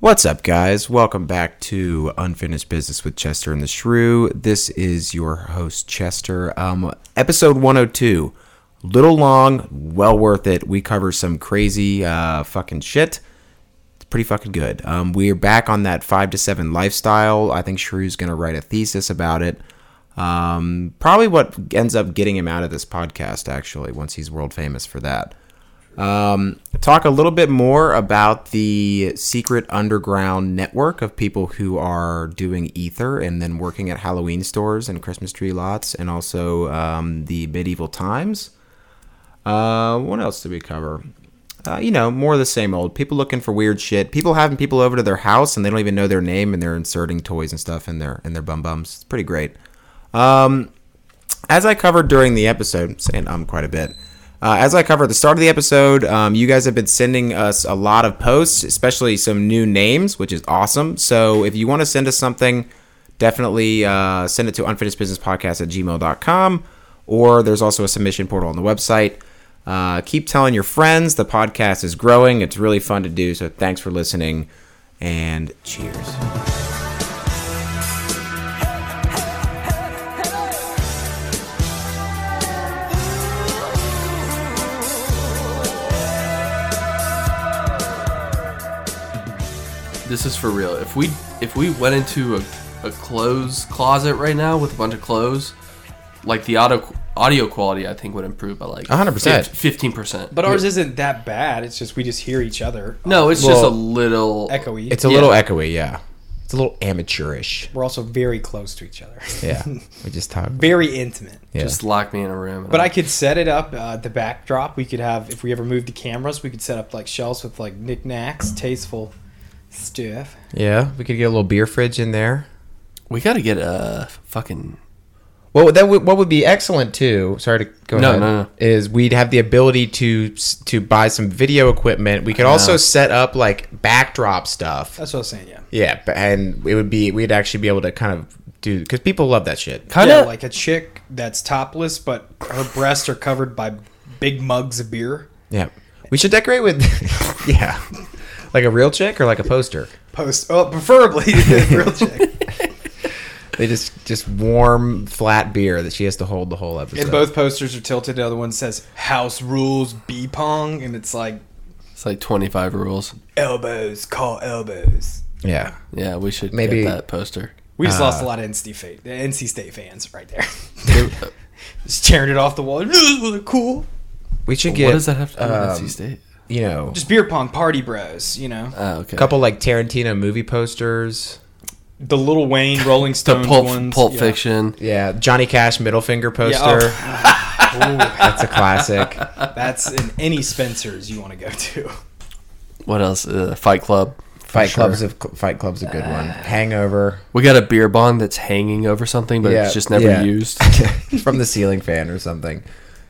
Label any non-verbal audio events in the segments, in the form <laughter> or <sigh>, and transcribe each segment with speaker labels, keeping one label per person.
Speaker 1: What's up, guys? Welcome back to Unfinished Business with Chester and the Shrew. This is your host, Chester. Um, episode 102. Little long, well worth it. We cover some crazy uh, fucking shit. It's pretty fucking good. Um, we are back on that five to seven lifestyle. I think Shrew's going to write a thesis about it. Um, probably what ends up getting him out of this podcast, actually, once he's world famous for that. Um, talk a little bit more about the secret underground network of people who are doing ether and then working at Halloween stores and Christmas tree lots, and also um, the medieval times. Uh, what else did we cover? Uh, you know, more of the same old. People looking for weird shit. People having people over to their house and they don't even know their name, and they're inserting toys and stuff in their in their bum bums. It's pretty great. Um, as I covered during the episode, saying um quite a bit. Uh, as I covered at the start of the episode, um, you guys have been sending us a lot of posts, especially some new names, which is awesome. So if you want to send us something, definitely uh, send it to unfinishedbusinesspodcast at gmail.com. Or there's also a submission portal on the website. Uh, keep telling your friends. The podcast is growing. It's really fun to do. So thanks for listening and cheers.
Speaker 2: This is for real. If we if we went into a, a clothes closet right now with a bunch of clothes, like the audio audio quality, I think would improve by like
Speaker 1: 100%.
Speaker 2: fifteen percent.
Speaker 3: But ours isn't that bad. It's just we just hear each other
Speaker 2: no, it's just
Speaker 1: Well,
Speaker 2: a little
Speaker 3: echoey.
Speaker 1: It's a
Speaker 2: Yeah.
Speaker 1: little echoey, yeah. It's a little amateurish.
Speaker 3: We're also very close to each other.
Speaker 1: <laughs> Yeah. we just talk.
Speaker 3: <laughs> very intimate.
Speaker 1: Yeah.
Speaker 2: Just lock me in a room.
Speaker 3: But I could set it up. Uh, the backdrop we could have if we ever moved the cameras, we could set up like shelves with like knickknacks, tasteful stuff.
Speaker 1: Yeah, we could get a little beer fridge in there.
Speaker 2: we gotta get a fucking
Speaker 1: Well, that would, what would be excellent too. Sorry to go
Speaker 2: No,
Speaker 1: ahead.
Speaker 2: no, no.
Speaker 1: Is we'd have the ability to s- to buy some video equipment. We could
Speaker 2: Uh-huh.
Speaker 1: also set up like backdrop stuff.
Speaker 3: That's what I was saying. Yeah,
Speaker 1: Yeah, b- and it would be we'd actually be able to kind of do because people love that shit.
Speaker 2: kind
Speaker 3: yeah,
Speaker 2: of
Speaker 3: like a chick that's topless, but her breasts are covered by big mugs of beer.
Speaker 1: Yeah, we should decorate with <laughs> yeah, like a real chick or like a poster.
Speaker 3: Post, oh, preferably
Speaker 1: <laughs>
Speaker 3: real chick.
Speaker 1: They just just warm flat beer that she has to hold the whole episode.
Speaker 3: And both posters are tilted. The other one says "House Rules B Pong," and it's like
Speaker 2: it's like twenty five rules.
Speaker 3: elbows call elbows.
Speaker 1: yeah.
Speaker 2: Yeah, we should
Speaker 1: Maybe-
Speaker 2: get that poster.
Speaker 3: We just
Speaker 2: Uh,
Speaker 3: lost a lot of NC State, NC State fans right there. <laughs>
Speaker 2: uh,
Speaker 3: just tearing it off the wall. cool.
Speaker 1: We should get
Speaker 2: what does that have to do
Speaker 1: um,
Speaker 2: with NC State?
Speaker 1: you know
Speaker 3: Just beer pong party bros, you know.
Speaker 2: Oh, okay.
Speaker 1: a couple like Tarantino movie posters.
Speaker 3: The Little
Speaker 2: <laughs>
Speaker 3: Wayne Rolling
Speaker 2: the
Speaker 3: Stones
Speaker 2: pulp,
Speaker 3: ones.
Speaker 2: pulp
Speaker 3: yeah.
Speaker 2: Fiction.
Speaker 1: Yeah, Johnny Cash middle finger
Speaker 2: oh.
Speaker 1: poster.
Speaker 2: <laughs>
Speaker 3: Yeah,
Speaker 1: That's a classic.
Speaker 3: oh, <laughs> that's in any Spencer's you want to go to.
Speaker 2: What else? Uh, Fight Club.
Speaker 1: Fight Club's a Fight Club's a good one.
Speaker 2: Uh. <laughs>
Speaker 1: Hangover
Speaker 2: We got a beer bong that's hanging over something, but
Speaker 1: Yeah,
Speaker 2: it's just never
Speaker 1: yeah.
Speaker 2: used.
Speaker 1: from the ceiling fan or something.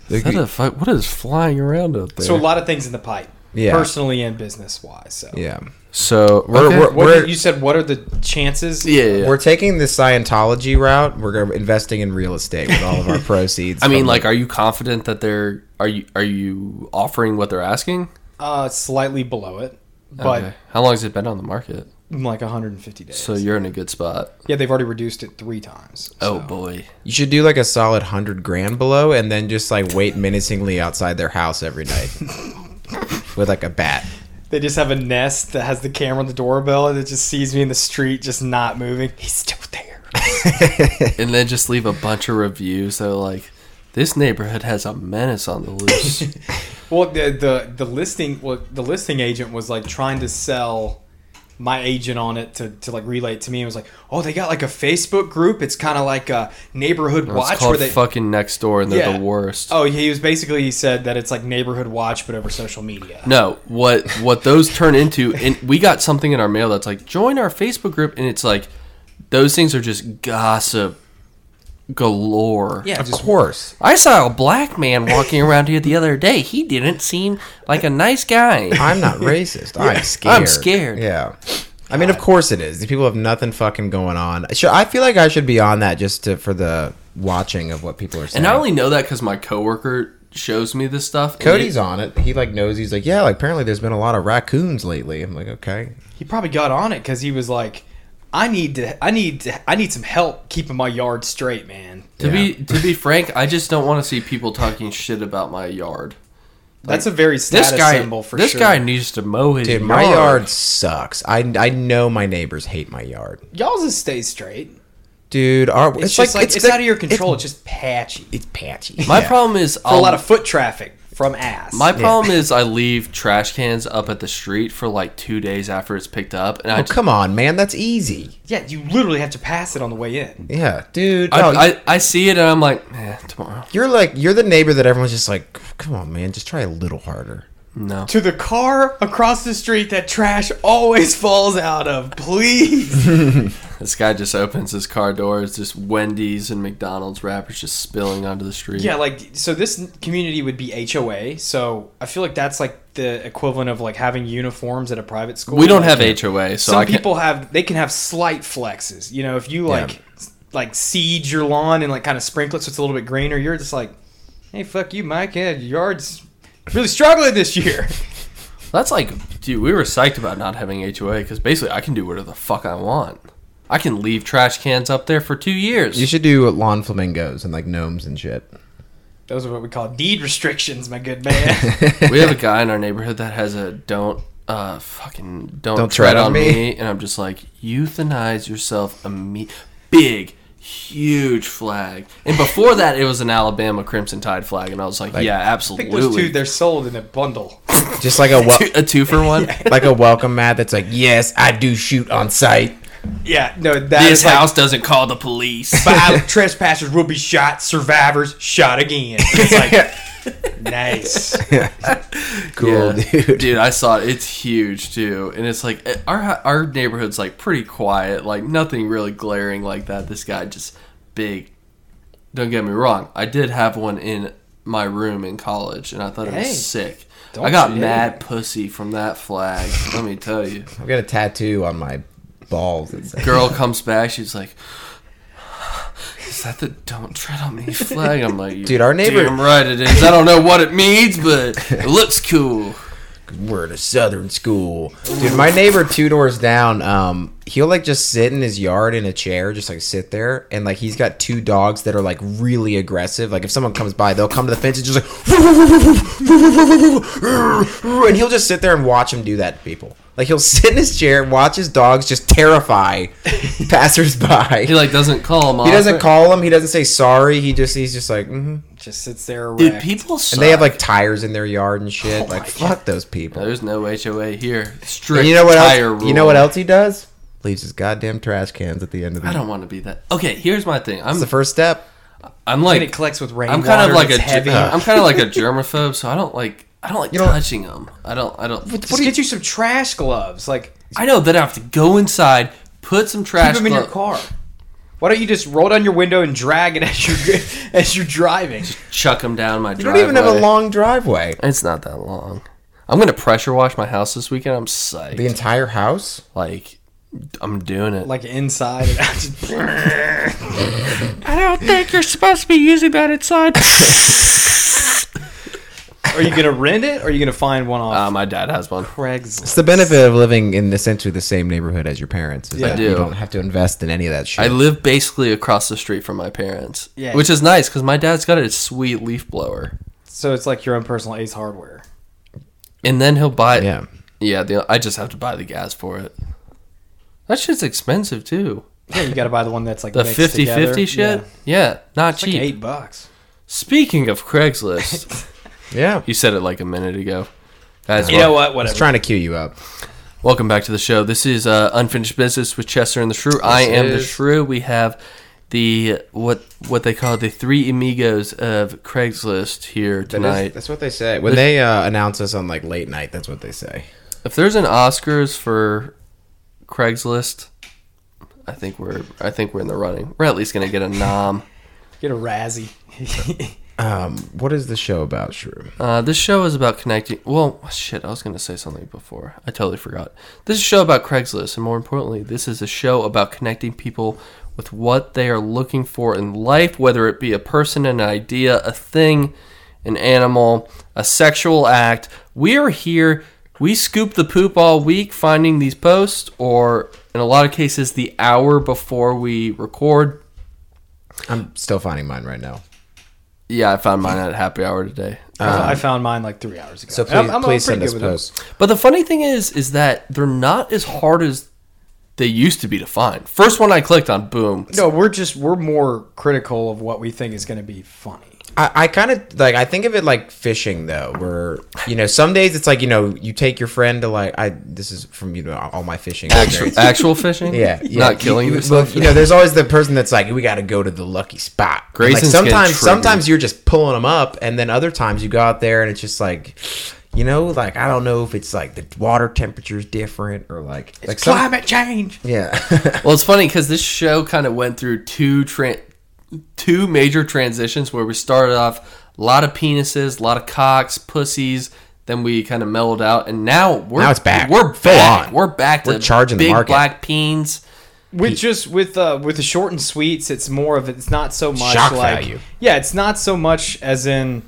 Speaker 2: Is that a fi- what is flying around up there?
Speaker 3: So a lot of things in the pipe,
Speaker 1: Yeah.
Speaker 3: personally and business wise. So
Speaker 1: yeah,
Speaker 2: So
Speaker 1: we're
Speaker 2: Okay.
Speaker 1: we're,
Speaker 3: What
Speaker 1: we're,
Speaker 3: did- you said, what are the chances?
Speaker 2: yeah, yeah, yeah.
Speaker 1: we're taking the Scientology route. We're gonna, investing in real estate with all of
Speaker 2: <laughs>
Speaker 1: our proceeds.
Speaker 2: I mean,
Speaker 1: from-
Speaker 2: like, are you confident that they're are you are you offering what they're asking?
Speaker 3: Uh, slightly below it, but
Speaker 2: Okay. how long has it been on the market?
Speaker 3: like 150 days.
Speaker 2: So you're in a good spot.
Speaker 3: yeah, they've already reduced it three times.
Speaker 2: Oh
Speaker 3: so.
Speaker 2: boy,
Speaker 1: you should do like a solid hundred grand below, and then just like wait menacingly outside their house every
Speaker 2: <laughs>
Speaker 1: night with like a bat.
Speaker 3: They just have a nest that has the camera on the doorbell and it just sees me in the street just not moving. He's still
Speaker 2: <laughs>
Speaker 3: there.
Speaker 2: and then just leave a bunch of reviews that are like, this neighborhood has a menace on the
Speaker 3: <laughs>
Speaker 2: loose.
Speaker 3: well, the, the the listing well, the listing agent was like trying to sell my agent on it to, to like relate to me and was like, "Oh, they got like a Facebook group. It's kind of like a neighborhood
Speaker 2: it's
Speaker 3: watch where
Speaker 2: called
Speaker 3: they
Speaker 2: fucking next door, and they're
Speaker 3: Yeah.
Speaker 2: the worst.
Speaker 3: Oh, he was basically he said that it's like neighborhood watch but over social media.
Speaker 2: No, what what those turn into, and we got something in our mail that's like, join our Facebook group, and it's like, those things are just gossip galore.
Speaker 3: Yeah,
Speaker 1: Of
Speaker 3: just
Speaker 1: course,
Speaker 2: I saw a black man walking around here the other day. He didn't seem like a nice guy.
Speaker 1: I'm not racist. I'm scared.
Speaker 2: I'm scared.
Speaker 1: Yeah. I mean, of course it is. These people have nothing fucking going on. Sure, I feel like I should be on that just to, for the watching of what people are saying.
Speaker 2: And I only know that because my coworker shows me this stuff. and
Speaker 1: Cody's
Speaker 2: it-
Speaker 1: on it. He like knows. He's like, yeah. Like apparently, there's been a lot of raccoons lately. I'm like, okay.
Speaker 3: he probably got on it because he was like, I need to, I need to, I need some help keeping my yard straight, man.
Speaker 2: To be to be frank, I just don't want to see people talking shit about my yard.
Speaker 3: That's a very status
Speaker 2: This guy,
Speaker 3: symbol for
Speaker 2: this
Speaker 3: sure.
Speaker 2: guy needs to mow his
Speaker 1: Dude,
Speaker 2: yard.
Speaker 1: my yard sucks. I, I know my neighbors hate my yard.
Speaker 3: y'all's just stays straight.
Speaker 1: Dude, our, it's,
Speaker 3: It's, just like, it's,
Speaker 1: like-
Speaker 3: out of your control. It's, um, just patchy.
Speaker 1: It's, it's patchy.
Speaker 2: My
Speaker 1: Yeah.
Speaker 2: problem is
Speaker 3: For a lot of foot traffic from ass.
Speaker 2: My problem is I leave trash cans up at the street for like two days after it's picked up, and I
Speaker 1: Oh,
Speaker 2: just-
Speaker 1: come on, man. That's easy.
Speaker 3: yeah, you literally have to pass it on the way in.
Speaker 1: Yeah, dude.
Speaker 2: I,
Speaker 1: no,
Speaker 2: I, I see it and I'm like, eh, tomorrow.
Speaker 1: you're like you're the neighbor that everyone's just like, come on, man, just try a little harder.
Speaker 2: No. <laughs>
Speaker 3: To the car across the street that trash always <laughs> falls out of. Please.
Speaker 2: This guy just opens his car door. It's just Wendy's and McDonald's wrappers just spilling onto the street.
Speaker 3: yeah, like so this community would be HOA. So I feel like that's like the equivalent of like having uniforms at a private school.
Speaker 2: We don't
Speaker 3: Like,
Speaker 2: have HOA, so
Speaker 3: some
Speaker 2: I can't.
Speaker 3: people have they can have slight flexes. You know, if you like s- like seed your lawn and like kind of sprinkle it so it's a little bit greener, you're just like, hey, fuck you, Mike. Yeah, your yards really struggling this year. <laughs>
Speaker 2: That's like, dude, we were psyched about not having HOA because basically I can do whatever the fuck I want. I can leave trash cans up there for two years.
Speaker 1: You should do lawn flamingos and like gnomes and shit.
Speaker 3: Those are what we call deed restrictions, my
Speaker 2: <laughs>
Speaker 3: good man.
Speaker 2: we
Speaker 3: <laughs>
Speaker 2: have a guy in our neighborhood that has a don't uh fucking don't,
Speaker 1: Don't
Speaker 2: tread,
Speaker 1: tread on
Speaker 2: on
Speaker 1: me.
Speaker 2: me. and i'm just like euthanize yourself a me big huge flag and before that it was an alabama crimson tide flag and i was like, yeah
Speaker 3: I think those two
Speaker 2: absolutely
Speaker 3: they're sold in a bundle.
Speaker 1: Just like a wel-
Speaker 2: <laughs> a two for
Speaker 3: <laughs>
Speaker 2: one
Speaker 1: like a welcome mat that's like, yes, I do shoot on sight.
Speaker 3: Yeah, no, that
Speaker 2: this
Speaker 3: is like <laughs>
Speaker 2: house doesn't call the police <laughs>
Speaker 3: five trespassers will be shot, survivors shot again. It's
Speaker 2: <laughs>
Speaker 3: like nice.
Speaker 1: Cool,
Speaker 2: Yeah.
Speaker 1: <laughs> dude.
Speaker 2: I saw it. It's huge too, and it's like eh, our our neighborhood's like pretty quiet, like nothing really glaring like that. This guy just big. Don't get me wrong. I did have one in my room in college, and I thought it
Speaker 3: Hey,
Speaker 2: was sick.
Speaker 3: don't
Speaker 2: I got
Speaker 3: you
Speaker 2: mad pussy from that flag. let me tell you.
Speaker 1: I've got a tattoo on my balls. That says,
Speaker 2: Girl comes back. She's like. Is that the "Don't Tread on Me" flag? I'm like,
Speaker 1: Dude, our neighbor-
Speaker 2: Damn right it is. I don't know what it means, but it looks cool.
Speaker 1: We're at a southern school, dude. My neighbor two doors down, um, he'll like just sit in his yard in a chair, just like sit there, and like he's got two dogs that are like really aggressive. Like if someone comes by, they'll come to the fence and just like, <laughs> and he'll just sit there and watch him do that to people. Like he'll sit in his chair and watch his dogs just <laughs> terrify passersby.
Speaker 2: He like doesn't call him.
Speaker 1: He doesn't call them. He doesn't say sorry. He just he's just like, mm-hmm. and
Speaker 3: Just sits there.
Speaker 2: Dude,
Speaker 3: erect.
Speaker 2: people suck.
Speaker 1: they have like tires in their yard and shit. like fuck those people.
Speaker 2: There's no HOA here. Strict
Speaker 1: And you know what else?
Speaker 2: tire rule.
Speaker 1: You know what else he does? Leaves his goddamn trash cans at the end of the.
Speaker 2: I don't want to be that. Okay, here's my thing. I'm
Speaker 1: That's the first step.
Speaker 2: I'm
Speaker 3: and it
Speaker 2: like
Speaker 3: collects with rain.
Speaker 2: I'm kind of like a uh,
Speaker 3: it's heavy.
Speaker 2: ge- I'm kind of like a germaphobe, so I don't like I don't like
Speaker 1: don't-
Speaker 2: touching them. I don't I don't.
Speaker 3: Just get you some trash gloves. Like
Speaker 2: I know that I have to go inside, put some trash.
Speaker 3: keep them in your
Speaker 2: glo-
Speaker 3: car. Why don't you just roll down your window and drag it as you as you're <laughs> driving?
Speaker 2: chuck them down my.
Speaker 1: You don't even have a long driveway.
Speaker 2: It's not that long. I'm gonna pressure wash my house this weekend. I'm psyched.
Speaker 1: The entire house.
Speaker 2: like I'm doing it.
Speaker 3: Like inside, and out, just
Speaker 2: I don't think you're supposed to be using that inside.
Speaker 3: <laughs> are you gonna rent it? or Are you gonna find one off
Speaker 2: <laughs> uh, my dad has one.
Speaker 1: It's
Speaker 3: Craigslist?
Speaker 1: the benefit of living in essentially the same neighborhood as your parents. Is
Speaker 3: Yeah.
Speaker 1: that
Speaker 2: I
Speaker 1: You
Speaker 2: do.
Speaker 1: don't have to invest in any of that shit.
Speaker 2: I live basically across the street from my parents,
Speaker 3: Yeah.
Speaker 2: which is nice because my dad's got a sweet leaf blower,
Speaker 3: So it's like your own personal Ace Hardware.
Speaker 2: and then he'll buy.
Speaker 1: yeah.
Speaker 2: yeah. The, I just have to buy the gas for it. That shit's expensive too.
Speaker 3: Yeah, you got to buy the one that's like
Speaker 2: The
Speaker 3: mixed
Speaker 2: 50
Speaker 3: together.
Speaker 2: 50 shit,
Speaker 3: Yeah.
Speaker 2: yeah, not
Speaker 3: It's like
Speaker 2: cheap.
Speaker 3: eight bucks.
Speaker 2: Speaking of
Speaker 3: <laughs>
Speaker 2: Craigslist,
Speaker 1: Yeah.
Speaker 2: you said it like a minute ago, guys.
Speaker 3: You
Speaker 2: wel-
Speaker 3: know what? Whatever.
Speaker 1: It's trying to cue you up.
Speaker 2: Welcome back to the show. This is uh, Unfinished Business with Chester and the Shrew. I am the
Speaker 1: is.
Speaker 2: Shrew. We have the what what they call the three amigos of Craigslist here
Speaker 1: That is-
Speaker 2: tonight.
Speaker 1: that's what they say when they uh, announce us on like late night. That's what they say.
Speaker 2: If there's an Oscars for Craigslist, I think we're I think we're in the running. We're at least gonna get a nom.
Speaker 3: Get a Razzie. <laughs>
Speaker 1: Um, what is the show about, Shrew?
Speaker 2: Uh, this show is about connecting. Well, shit, I was gonna say something before. I totally forgot. This is a show about Craigslist, and more importantly, this is a show about connecting people with what they are looking for in life, whether it be a person, an idea, a thing, an animal, a sexual act. We are here We scoop the poop all week finding these posts, or in a lot of cases, the hour before we record.
Speaker 1: I'm still finding mine right now.
Speaker 2: Yeah, I found mine at happy hour today.
Speaker 3: I found mine like three hours ago.
Speaker 1: So please,
Speaker 3: I'm- I'm
Speaker 1: please
Speaker 3: pretty
Speaker 1: send us
Speaker 3: good with them.
Speaker 1: posts.
Speaker 2: But the funny thing is, is that they're not as hard as they used to be to find. First one I clicked on,
Speaker 1: <laughs>
Speaker 2: boom.
Speaker 3: No, we're just we're more critical of what we think is going to be funny.
Speaker 1: I, I kind of like I think of it like fishing though, where you know some days it's like you know you take your friend to like I this is from you know all my fishing experience.
Speaker 2: Actual, actual fishing?
Speaker 1: Yeah, yeah,
Speaker 2: Not killing
Speaker 1: you, you,
Speaker 2: yourself?
Speaker 1: well, you know, there's always the person that's like, we got to go to the lucky spot. And, Like,
Speaker 2: Grayson's getting
Speaker 1: sometimes,
Speaker 2: triggered.
Speaker 1: sometimes you're just pulling them up, and then other times you go out there and it's just like, you know, like I don't know if it's like the water temperature's different or like like some-
Speaker 3: Climate change.
Speaker 1: yeah. <laughs>
Speaker 2: Well, it's funny because this show kind of went through two tran two major transitions where we started off a lot of penises, a lot of cocks, pussies. Then we kind of mellowed out, and now we're
Speaker 1: Now it's back.
Speaker 2: We're
Speaker 1: Full
Speaker 2: back.
Speaker 1: on.
Speaker 2: We're back to
Speaker 1: We're charging the
Speaker 2: big
Speaker 1: market.
Speaker 2: black peens.
Speaker 3: With just with uh with the short and sweets, it's more of it's not so much
Speaker 1: Shock
Speaker 3: like
Speaker 1: value.
Speaker 3: yeah, it's not so much as in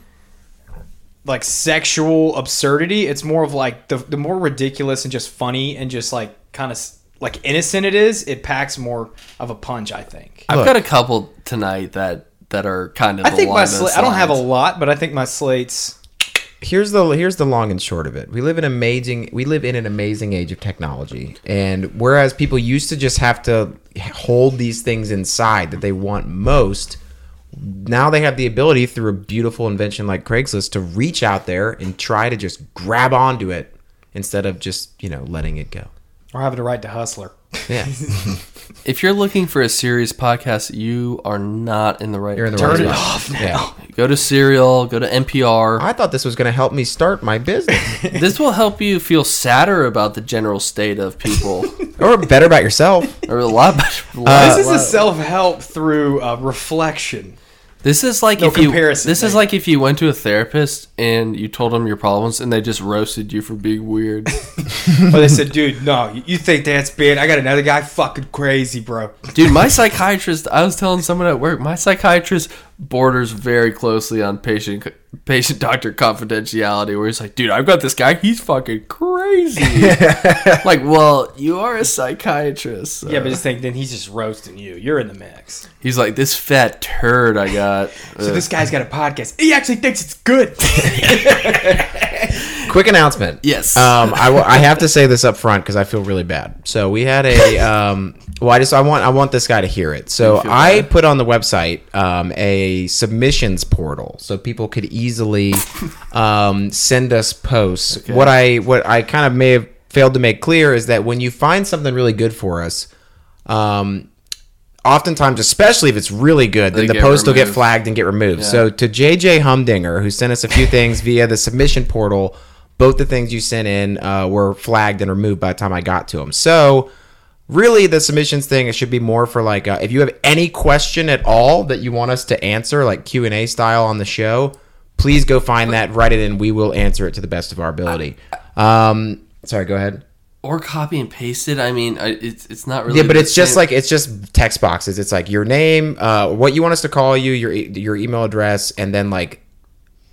Speaker 3: like sexual absurdity. It's more of like the the more ridiculous and just funny and just like kind of like innocent it is. It packs more of a punch, I think.
Speaker 2: I've
Speaker 1: Look.
Speaker 2: got a couple tonight that that are kind of.
Speaker 3: I
Speaker 2: the
Speaker 3: think my
Speaker 2: along those
Speaker 3: sla- I don't have a
Speaker 2: lines.
Speaker 3: lot, but I think my slates.
Speaker 1: here's the here's the long and short of it. We live in amazing we live in an amazing age of technology, and whereas people used to just have to hold these things inside that they want most, now they have the ability through a beautiful invention like Craigslist to reach out there and try to just grab onto it instead of just you know letting it go.
Speaker 3: Or having a right to hustler.
Speaker 1: Yeah,
Speaker 2: If you're looking for a serious podcast, you are not in the right.
Speaker 1: you're in the right
Speaker 2: place.
Speaker 3: <laughs> it
Speaker 1: spot.
Speaker 3: off now.
Speaker 1: Yeah.
Speaker 2: Go to Serial. Go to NPR.
Speaker 1: I thought this was going to help me start my business
Speaker 2: <laughs> this will help you feel sadder about the general state of
Speaker 3: <laughs>
Speaker 2: people,
Speaker 1: or better about yourself.
Speaker 2: or a lot. better- a lot
Speaker 3: Uh, this is
Speaker 2: lot-
Speaker 3: a self help through uh, reflection.
Speaker 2: This is like
Speaker 3: No
Speaker 2: if you.
Speaker 3: comparison,
Speaker 2: This is
Speaker 3: mate.
Speaker 2: like if you went to a therapist and you told them your problems and they just roasted you for being weird.
Speaker 3: But they said, dude, no, you- you think that's bad? I got another guy fucking crazy, bro.
Speaker 2: Dude, my psychiatrist. I was telling someone at work. My psychiatrist borders very closely on patient patient doctor confidentiality, where he's like, "Dude, I've got this guy. He's fucking
Speaker 1: <laughs>
Speaker 2: crazy." like, well, you are a psychiatrist. so-
Speaker 3: Yeah, but just think, then he's just roasting you. You're in the mix.
Speaker 2: he's like this fat turd I got. <laughs>
Speaker 3: So this guy's got a podcast. He actually thinks it's
Speaker 1: <laughs>
Speaker 3: good.
Speaker 1: Quick announcement.
Speaker 2: Yes.
Speaker 1: Um, I, will- I have to say this up front because I feel really bad. So we had a um, well, I just I want I want this guy to hear it. So
Speaker 2: feel
Speaker 1: I put on the website um, a submissions portal so people could easily um, send us posts. What I what I kind of may have failed to make clear is that when you find something really good for us. Um, Oftentimes, especially if it's really good, then
Speaker 2: They
Speaker 1: the
Speaker 2: get
Speaker 1: post will get
Speaker 2: removed.
Speaker 1: flagged flagged and get removed. So to JJ Humdinger, who sent us a few things via the submission portal, both the things you sent in uh, were flagged and removed by the time I got to them. So really, the submissions thing it should be more for like uh, if you have any question at all that you want us to answer, like Q and A style on the show, please go find that, write it in, we will answer it to the best of our ability. Um, sorry, go ahead.
Speaker 2: or copy and paste it. I mean, I, it's it's not really.
Speaker 1: Yeah, but
Speaker 2: the
Speaker 1: it's just
Speaker 2: same.
Speaker 1: like it's just text boxes. It's like your name, uh, what you want us to call you, your e- your email address, and then like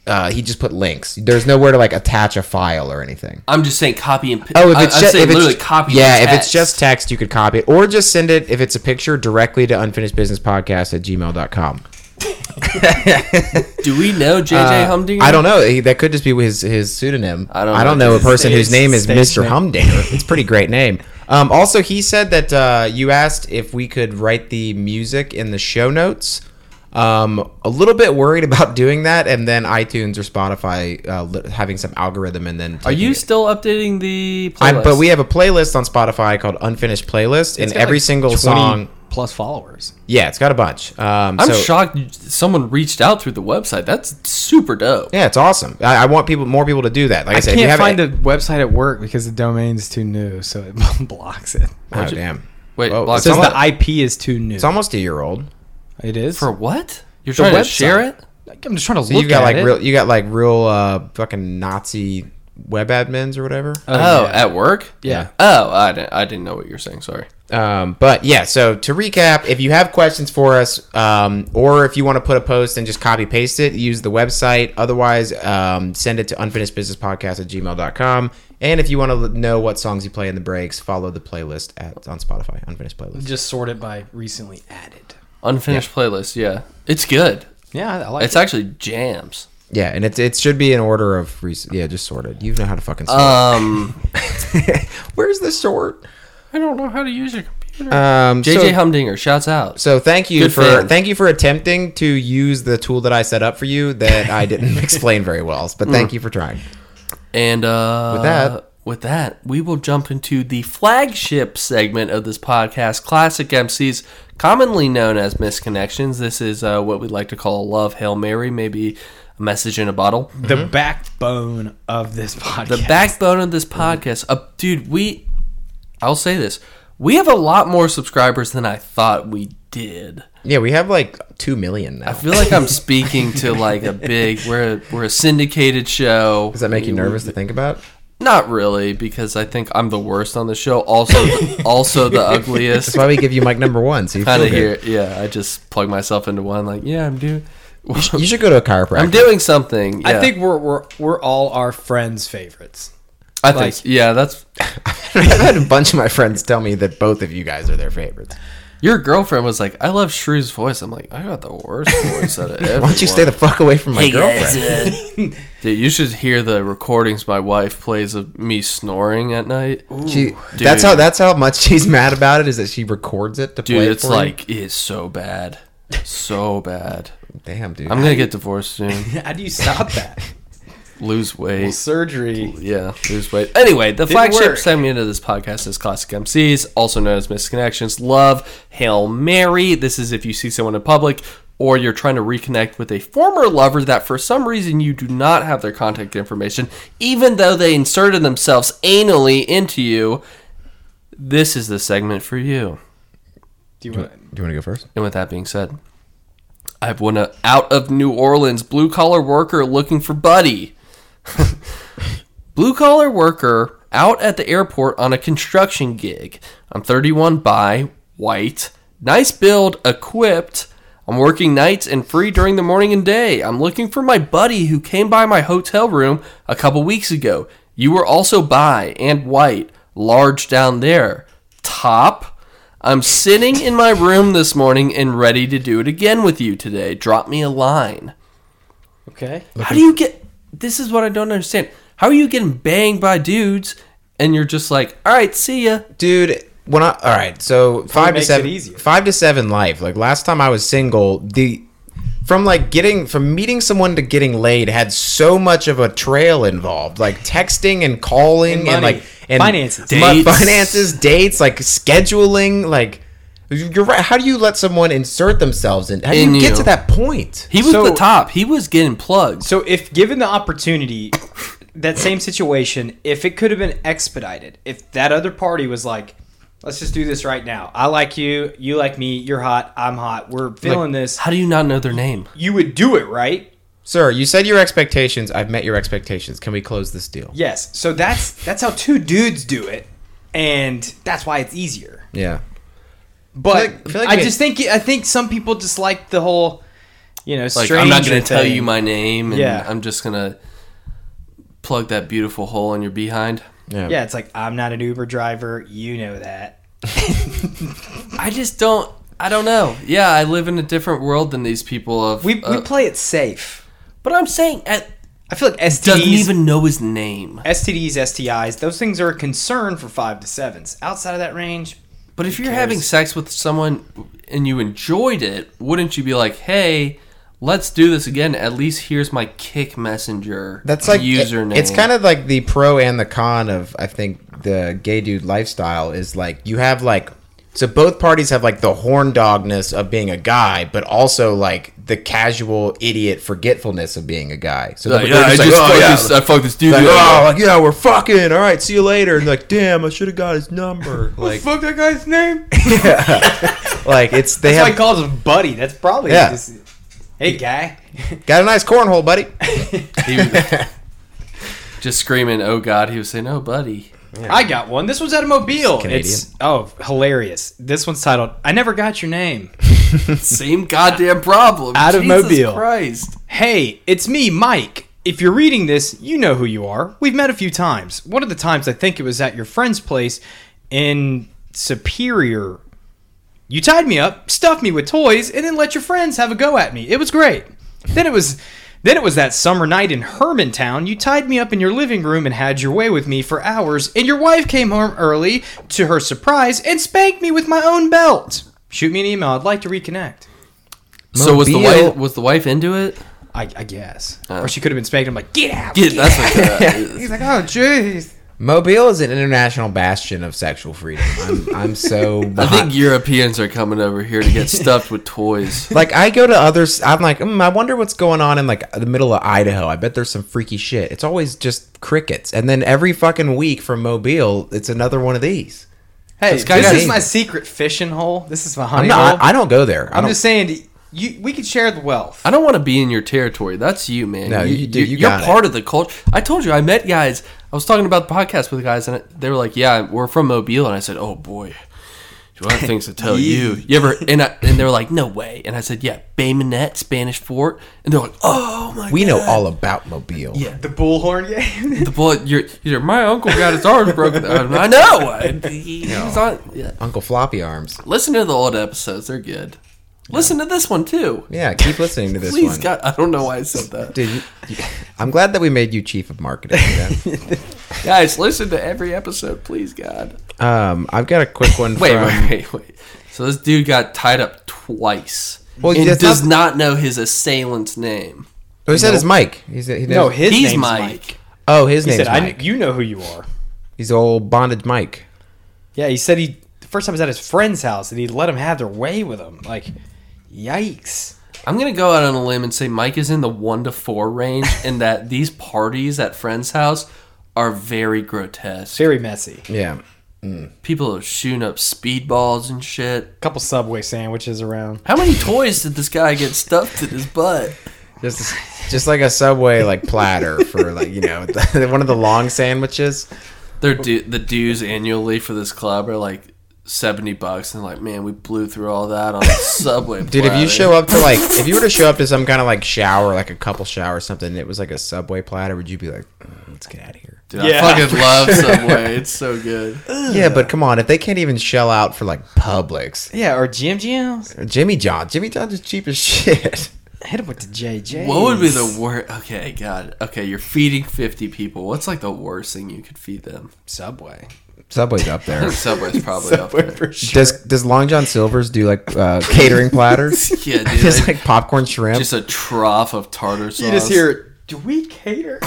Speaker 1: uh, he just put links. There's nowhere to like attach a file or anything.
Speaker 2: I'm just saying copy and paste.
Speaker 1: Oh, if it's just if
Speaker 2: literally
Speaker 1: it's,
Speaker 2: copy.
Speaker 1: yeah, if
Speaker 2: and
Speaker 1: it's
Speaker 2: text.
Speaker 1: just text, you could copy it or just send it if it's a picture directly to unfinishedbusinesspodcast at gmail.com.
Speaker 2: do we know JJ Humdinger?
Speaker 1: Uh, I don't know. He, that could just be his his pseudonym. I
Speaker 2: don't
Speaker 1: don't. I don't
Speaker 2: know.
Speaker 1: know a
Speaker 2: It's
Speaker 1: person
Speaker 3: stage-
Speaker 1: whose name is
Speaker 3: stage
Speaker 1: Mr.
Speaker 3: name.
Speaker 1: Humdinger. It's a
Speaker 2: <laughs>
Speaker 1: pretty great name. Um, also, he said that uh, you asked if we could write the music in the show notes. Um, a little bit worried <laughs> about doing that, and then iTunes or Spotify uh, li- having some algorithm, and then
Speaker 2: Are
Speaker 1: taking
Speaker 2: you
Speaker 1: it.
Speaker 2: still updating the playlist?
Speaker 1: I, but we have a playlist on Spotify called Unfinished Playlist, and every single song.
Speaker 3: plus followers.
Speaker 1: Yeah, it's got a bunch. Um,
Speaker 2: I'm
Speaker 1: so,
Speaker 2: shocked you- someone reached out through the website. That's super dope.
Speaker 1: Yeah, it's awesome. I, I want people, more people to do that. Like I,
Speaker 3: I
Speaker 1: said, if you have
Speaker 3: can't find the website at work because the domain's too new, so it <laughs> blocks it.
Speaker 1: Oh damn!
Speaker 2: Wait,
Speaker 1: Whoa,
Speaker 2: block-
Speaker 1: it
Speaker 3: Says
Speaker 1: Someone-
Speaker 3: the IP is too new.
Speaker 1: It's almost a year old.
Speaker 3: it is.
Speaker 2: for what? You're trying to
Speaker 3: website.
Speaker 2: share it?
Speaker 3: I'm just trying to
Speaker 1: So
Speaker 3: look
Speaker 1: you got
Speaker 3: at
Speaker 1: like
Speaker 3: it.
Speaker 1: real, you got like real uh, fucking Nazi web admins or whatever.
Speaker 2: Oh,
Speaker 3: yeah.
Speaker 2: at work?
Speaker 3: Yeah.
Speaker 2: Oh, I didn't. I didn't know what you're saying. Sorry.
Speaker 1: Um, but yeah, so to recap, if you have questions for us, um, or if you want to put a post and just copy paste it, use the website. Otherwise, um, send it to unfinishedbusinesspodcast at gmail.com. And if you want to know what songs you play in the breaks, follow the playlist at on Spotify, unfinished playlist.
Speaker 3: Just sort it by recently added.
Speaker 2: Unfinished playlist, yeah. It's good.
Speaker 3: Yeah, I, I like
Speaker 2: It's
Speaker 3: it.
Speaker 2: actually jams.
Speaker 1: Yeah, and it, it should be in order of rec- yeah, just sorted. You know how to fucking sort.
Speaker 3: Uh,
Speaker 2: Um,
Speaker 1: <laughs> Where's the sort?
Speaker 2: I don't know how to use your computer.
Speaker 1: Um,
Speaker 2: JJ
Speaker 1: so-
Speaker 2: Uh, Humdinger, shouts out.
Speaker 1: So thank you
Speaker 2: Good
Speaker 1: for
Speaker 2: fan.
Speaker 1: thank you for attempting to use the tool that I set up for you that I
Speaker 2: <laughs>
Speaker 1: didn't explain very well,
Speaker 2: Mm.
Speaker 1: but thank you for trying.
Speaker 2: And uh,
Speaker 1: With that-
Speaker 2: with that, we will jump into the flagship segment of this podcast, Classic MCs, commonly known as Misconnections. This is uh, what we like to call a love hail mary, maybe a message in a bottle.
Speaker 3: the
Speaker 1: Mm-hmm.
Speaker 3: backbone of this podcast.
Speaker 2: The backbone of this podcast, uh, dude. We, I'll say this: we have a lot more subscribers than I thought we did.
Speaker 1: Yeah, we have like two million now.
Speaker 2: I feel like I'm speaking to like a big. We're a, we're a syndicated show.
Speaker 1: Does that make you nervous to think about?
Speaker 2: Not really, because I think I'm the worst on the
Speaker 1: <laughs>
Speaker 2: show. Also, also the ugliest.
Speaker 1: That's why we give you mic number one.
Speaker 2: <laughs>
Speaker 1: So you feel
Speaker 2: Kind of
Speaker 1: good.
Speaker 2: here, yeah. I just plug myself into one. Like, yeah, I'm doing.
Speaker 1: You should go to a chiropractor.
Speaker 2: <laughs> I'm doing something.
Speaker 3: I
Speaker 2: yeah.
Speaker 3: think we're we're we're all our friends' favorites.
Speaker 2: I think.
Speaker 3: like-
Speaker 2: yeah, that's
Speaker 1: <laughs>
Speaker 2: <laughs>
Speaker 1: I've had a bunch of my friends tell me that both of you guys are their favorites.
Speaker 2: your girlfriend was like, "I love Shrew's voice." I'm like, I got the worst voice out of
Speaker 1: <laughs>
Speaker 2: everyone.
Speaker 1: Why don't you stay the fuck away from my girlfriend?
Speaker 2: Dude, you should hear the recordings my wife plays of me snoring at night.
Speaker 1: She,
Speaker 2: dude.
Speaker 1: that's how that's how much she's <laughs> mad about it is that she records it to play
Speaker 2: Dude,
Speaker 1: it
Speaker 2: it's
Speaker 1: for you.
Speaker 2: like it's so bad, so bad.
Speaker 1: damn dude.
Speaker 2: I'm gonna get
Speaker 1: <laughs>
Speaker 2: divorced soon.
Speaker 3: How do you stop that?
Speaker 2: <laughs> Lose weight.
Speaker 3: Surgery.
Speaker 2: Yeah, lose weight. Anyway, the flagship
Speaker 3: work.
Speaker 2: segment of this podcast is Classic MCs, also known as Misconnections. Love, Hail Mary. This is if you see someone in public or you're trying to reconnect with a former lover that for some reason you do not have their contact information, even though they inserted themselves anally into you. This is the segment for you.
Speaker 3: Do you want?
Speaker 1: Do you want to go first?
Speaker 2: And with that being said, I have one uh, out of New Orleans blue collar worker looking for Buddy. blue collar worker out at the airport on a construction gig. I'm 31 by, white, nice build, equipped. I'm working nights and free during the morning and day. I'm looking for my buddy who came by my hotel room a couple weeks ago. You were also by and white, large down there. Top. I'm sitting in my room this morning and ready to do it again with you today. Drop me a line.
Speaker 3: Okay.
Speaker 2: How do you get this is what I don't understand. How are you getting banged by dudes and you're just like, all right, see ya.
Speaker 1: dude when i all right so five to
Speaker 3: makes it
Speaker 1: seven
Speaker 3: easier.
Speaker 1: five to seven life like last time i was single the from like getting from meeting someone to getting laid had so much of a trail involved like texting and calling and,
Speaker 3: And money.
Speaker 1: like and
Speaker 3: Finances.
Speaker 1: mu-
Speaker 2: Dates.
Speaker 1: finances dates like scheduling like you're right how do you let someone insert themselves in how do
Speaker 2: In
Speaker 1: you get
Speaker 2: you.
Speaker 1: to that point
Speaker 2: He was
Speaker 3: So-
Speaker 2: the top. He was getting plugged.
Speaker 3: So if given the opportunity, that same situation, if it could have been expedited, if that other party was like, "Let's just do this right now. I like you. You like me. You're hot. I'm hot. We're feeling this."
Speaker 2: How do you not know their name?
Speaker 3: You would do it, right?
Speaker 1: sir you said your expectations i've met your expectations can we close this deal
Speaker 3: Yes. So that's that's how two dudes do it, and that's why it's easier.
Speaker 1: yeah
Speaker 3: But I,
Speaker 1: I feel like- I feel like it-
Speaker 3: just think I think some people just like the whole, you know,
Speaker 2: Like I'm not
Speaker 3: stranger
Speaker 2: gonna tell
Speaker 3: thing.
Speaker 2: you my name and
Speaker 3: Yeah.
Speaker 2: I'm just gonna plug that beautiful hole in your behind.
Speaker 3: Yeah, it's like I'm not an Uber driver. You know
Speaker 1: <laughs>
Speaker 3: that.
Speaker 2: I just don't I don't know. Yeah, I live in a different world than these people of
Speaker 3: We, we
Speaker 2: uh,
Speaker 3: play it safe.
Speaker 2: But I'm saying at
Speaker 3: I feel like STDs,
Speaker 2: doesn't even know his name.
Speaker 3: STDs, STIs, those things are a concern for five to sevens. Outside of that range,
Speaker 2: But if you're
Speaker 3: cares?
Speaker 2: having sex with someone and you enjoyed it, wouldn't you be like, "Hey, let's do this again. At least here's my kick messenger."
Speaker 1: That's like
Speaker 2: username.
Speaker 1: It's kind of like the pro and the con of I think the gay dude lifestyle is like you have like so both parties have like the horn dogness of being a guy, but also like the casual idiot forgetfulness of being a guy. So they're just like, "Oh, yeah."
Speaker 2: I fucked this dude.
Speaker 1: Like, oh, like, yeah, we're fucking. All right, see you later. And like, damn, I should have got his number. Like,
Speaker 3: fuck that guy's name.
Speaker 1: <laughs> like it's they
Speaker 3: That's
Speaker 1: have
Speaker 3: why he calls him buddy. That's probably
Speaker 1: Yeah.
Speaker 3: just-
Speaker 1: <laughs>
Speaker 3: Hey guy.
Speaker 1: got a nice cornhole, buddy. <laughs>
Speaker 2: He was- just screaming, "Oh God!" He was saying, "Oh, buddy."
Speaker 3: I got one. This one's at a mobile.
Speaker 1: Canadian.
Speaker 3: It's oh hilarious. This one's titled "I Never Got Your Name."
Speaker 2: Same goddamn problem.
Speaker 3: Out of
Speaker 2: Jesus
Speaker 3: Mobile.
Speaker 2: Christ.
Speaker 3: Hey, it's me, Mike. if you're reading this, you know who you are. We've met a few times. One of the times I think it was at your friend's place in Superior. You tied me up, stuffed me with toys, and then let your friends have a go at me. It was great. Then it was then it was that summer night in Hermantown. You tied me up in your living room and had your way with me for hours, and your wife came home early to her surprise and spanked me with my own belt. Shoot me an email. I'd like to reconnect.
Speaker 2: So was the
Speaker 1: Mobile-
Speaker 2: wife was the wife into it?
Speaker 3: I, I guess. Or she could have been spanked. I'm like, get out.
Speaker 2: Yeah, that's
Speaker 1: <laughs>
Speaker 2: what
Speaker 3: He's like, oh, jeez.
Speaker 1: Mobile is an international bastion of sexual freedom. I'm, I'm so
Speaker 2: I think
Speaker 1: behind.
Speaker 2: Europeans are coming over here to get stuffed with toys.
Speaker 1: like I go to others. I'm like, mm, I wonder what's going on in like the middle of Idaho. I bet there's some freaky shit. It's always just crickets, and then every fucking week from Mobile, it's another one of these.
Speaker 3: Hey,
Speaker 1: guy
Speaker 3: this
Speaker 1: got
Speaker 3: is
Speaker 1: in.
Speaker 3: my secret fishing hole. This is my
Speaker 1: I'm
Speaker 3: honey hole.
Speaker 1: not,
Speaker 3: I,
Speaker 1: I, I don't go there. I
Speaker 3: am
Speaker 1: don't,
Speaker 3: just saying, you, we could share the wealth.
Speaker 2: I don't want to be in your territory. That's you, man.
Speaker 1: No, you- dude, you
Speaker 2: you're
Speaker 1: got it.
Speaker 2: part of the culture. I told you, I met guys. I was talking about the podcast with guys, and they were like, "Yeah, we're from Mobile," and I said, "Oh boy." Do
Speaker 1: <laughs>
Speaker 2: I have things to tell you? You ever and I, and they were like, "No way!" And I said, "Yeah, Bay Minette, Spanish Fort," and they're like, "Oh my!"
Speaker 1: we
Speaker 2: God.
Speaker 1: know all about Mobile.
Speaker 2: Yeah.
Speaker 3: The bullhorn <laughs> game.
Speaker 2: the bullet. You're, you're my uncle got his arm
Speaker 1: <laughs>
Speaker 2: broken. I'm, I know. I, he, he was on. Yeah.
Speaker 1: Uncle Floppy Arms.
Speaker 2: Listen to the old episodes; they're good. Listen to this one too.
Speaker 1: Yeah, keep listening to this
Speaker 2: Please,
Speaker 1: one.
Speaker 2: God, I don't know why I said that.
Speaker 1: Dude, you, you- I'm glad that we made you chief of marketing. man.
Speaker 2: Guys, listen to every episode, please, God.
Speaker 3: <laughs>
Speaker 1: um, I've got a quick one.
Speaker 2: Wait,
Speaker 1: from,
Speaker 2: wait, wait, wait. So this dude got tied up twice.
Speaker 1: Well,
Speaker 2: and
Speaker 1: that's
Speaker 2: does not know his assailant's name.
Speaker 1: Oh, he said his Mike. He's, he
Speaker 3: no,
Speaker 1: knows-
Speaker 3: his
Speaker 2: He's
Speaker 3: name's
Speaker 2: Mike.
Speaker 3: Mike.
Speaker 1: oh, his
Speaker 3: He
Speaker 1: name's
Speaker 3: said, I,
Speaker 1: Mike.
Speaker 3: you know who you are.
Speaker 1: He's old bonded Mike.
Speaker 3: Yeah, he said he, the first time he was at his friend's house and he let him have their way with him. Like, yikes.
Speaker 2: I'm gonna go out on a limb and say Mike is in the one to four range, and that these parties at friends' house are very grotesque.
Speaker 3: Very messy.
Speaker 1: Yeah.
Speaker 2: People are shooting up speedballs and shit.
Speaker 3: couple Subway sandwiches around.
Speaker 2: How many toys did this guy get stuffed in his butt?
Speaker 1: Just just like a Subway like platter for like, you know, <laughs> the, one of the long sandwiches.
Speaker 2: Their du- the dues annually for this club are like seventy bucks, and like, man, we blew through all that on a <laughs> subway.
Speaker 1: Dude, if you show up to like if you were to show up to some kind of like shower, like a couple shower or something, and it was like a Subway platter, would you be like, "Mm, let's get out of here?
Speaker 2: dude,
Speaker 3: Yeah.
Speaker 2: I
Speaker 3: <laughs>
Speaker 2: fucking love Subway. It's so good.
Speaker 1: Yeah, but come on, if they can't even shell out for like Publix,
Speaker 3: Yeah, or GMGMs.
Speaker 1: Jimmy John, Jimmy John's is cheap as <laughs> shit.
Speaker 3: Hit him with the JJ.
Speaker 2: What would be the worst? Okay, God. Okay, you're feeding fifty people. What's like the worst thing you could feed them?
Speaker 3: Subway?
Speaker 1: Subway's up there.
Speaker 2: Subway's probably up there.
Speaker 1: <laughs> Does does Long John Silver's do like uh, catering platters? <laughs>
Speaker 2: <laughs> Yeah, dude.
Speaker 1: Just
Speaker 2: like,
Speaker 1: like popcorn shrimp.
Speaker 2: just <laughs> a trough of tartar sauce.
Speaker 3: You just hear, do we cater?
Speaker 2: <laughs>
Speaker 3: <laughs>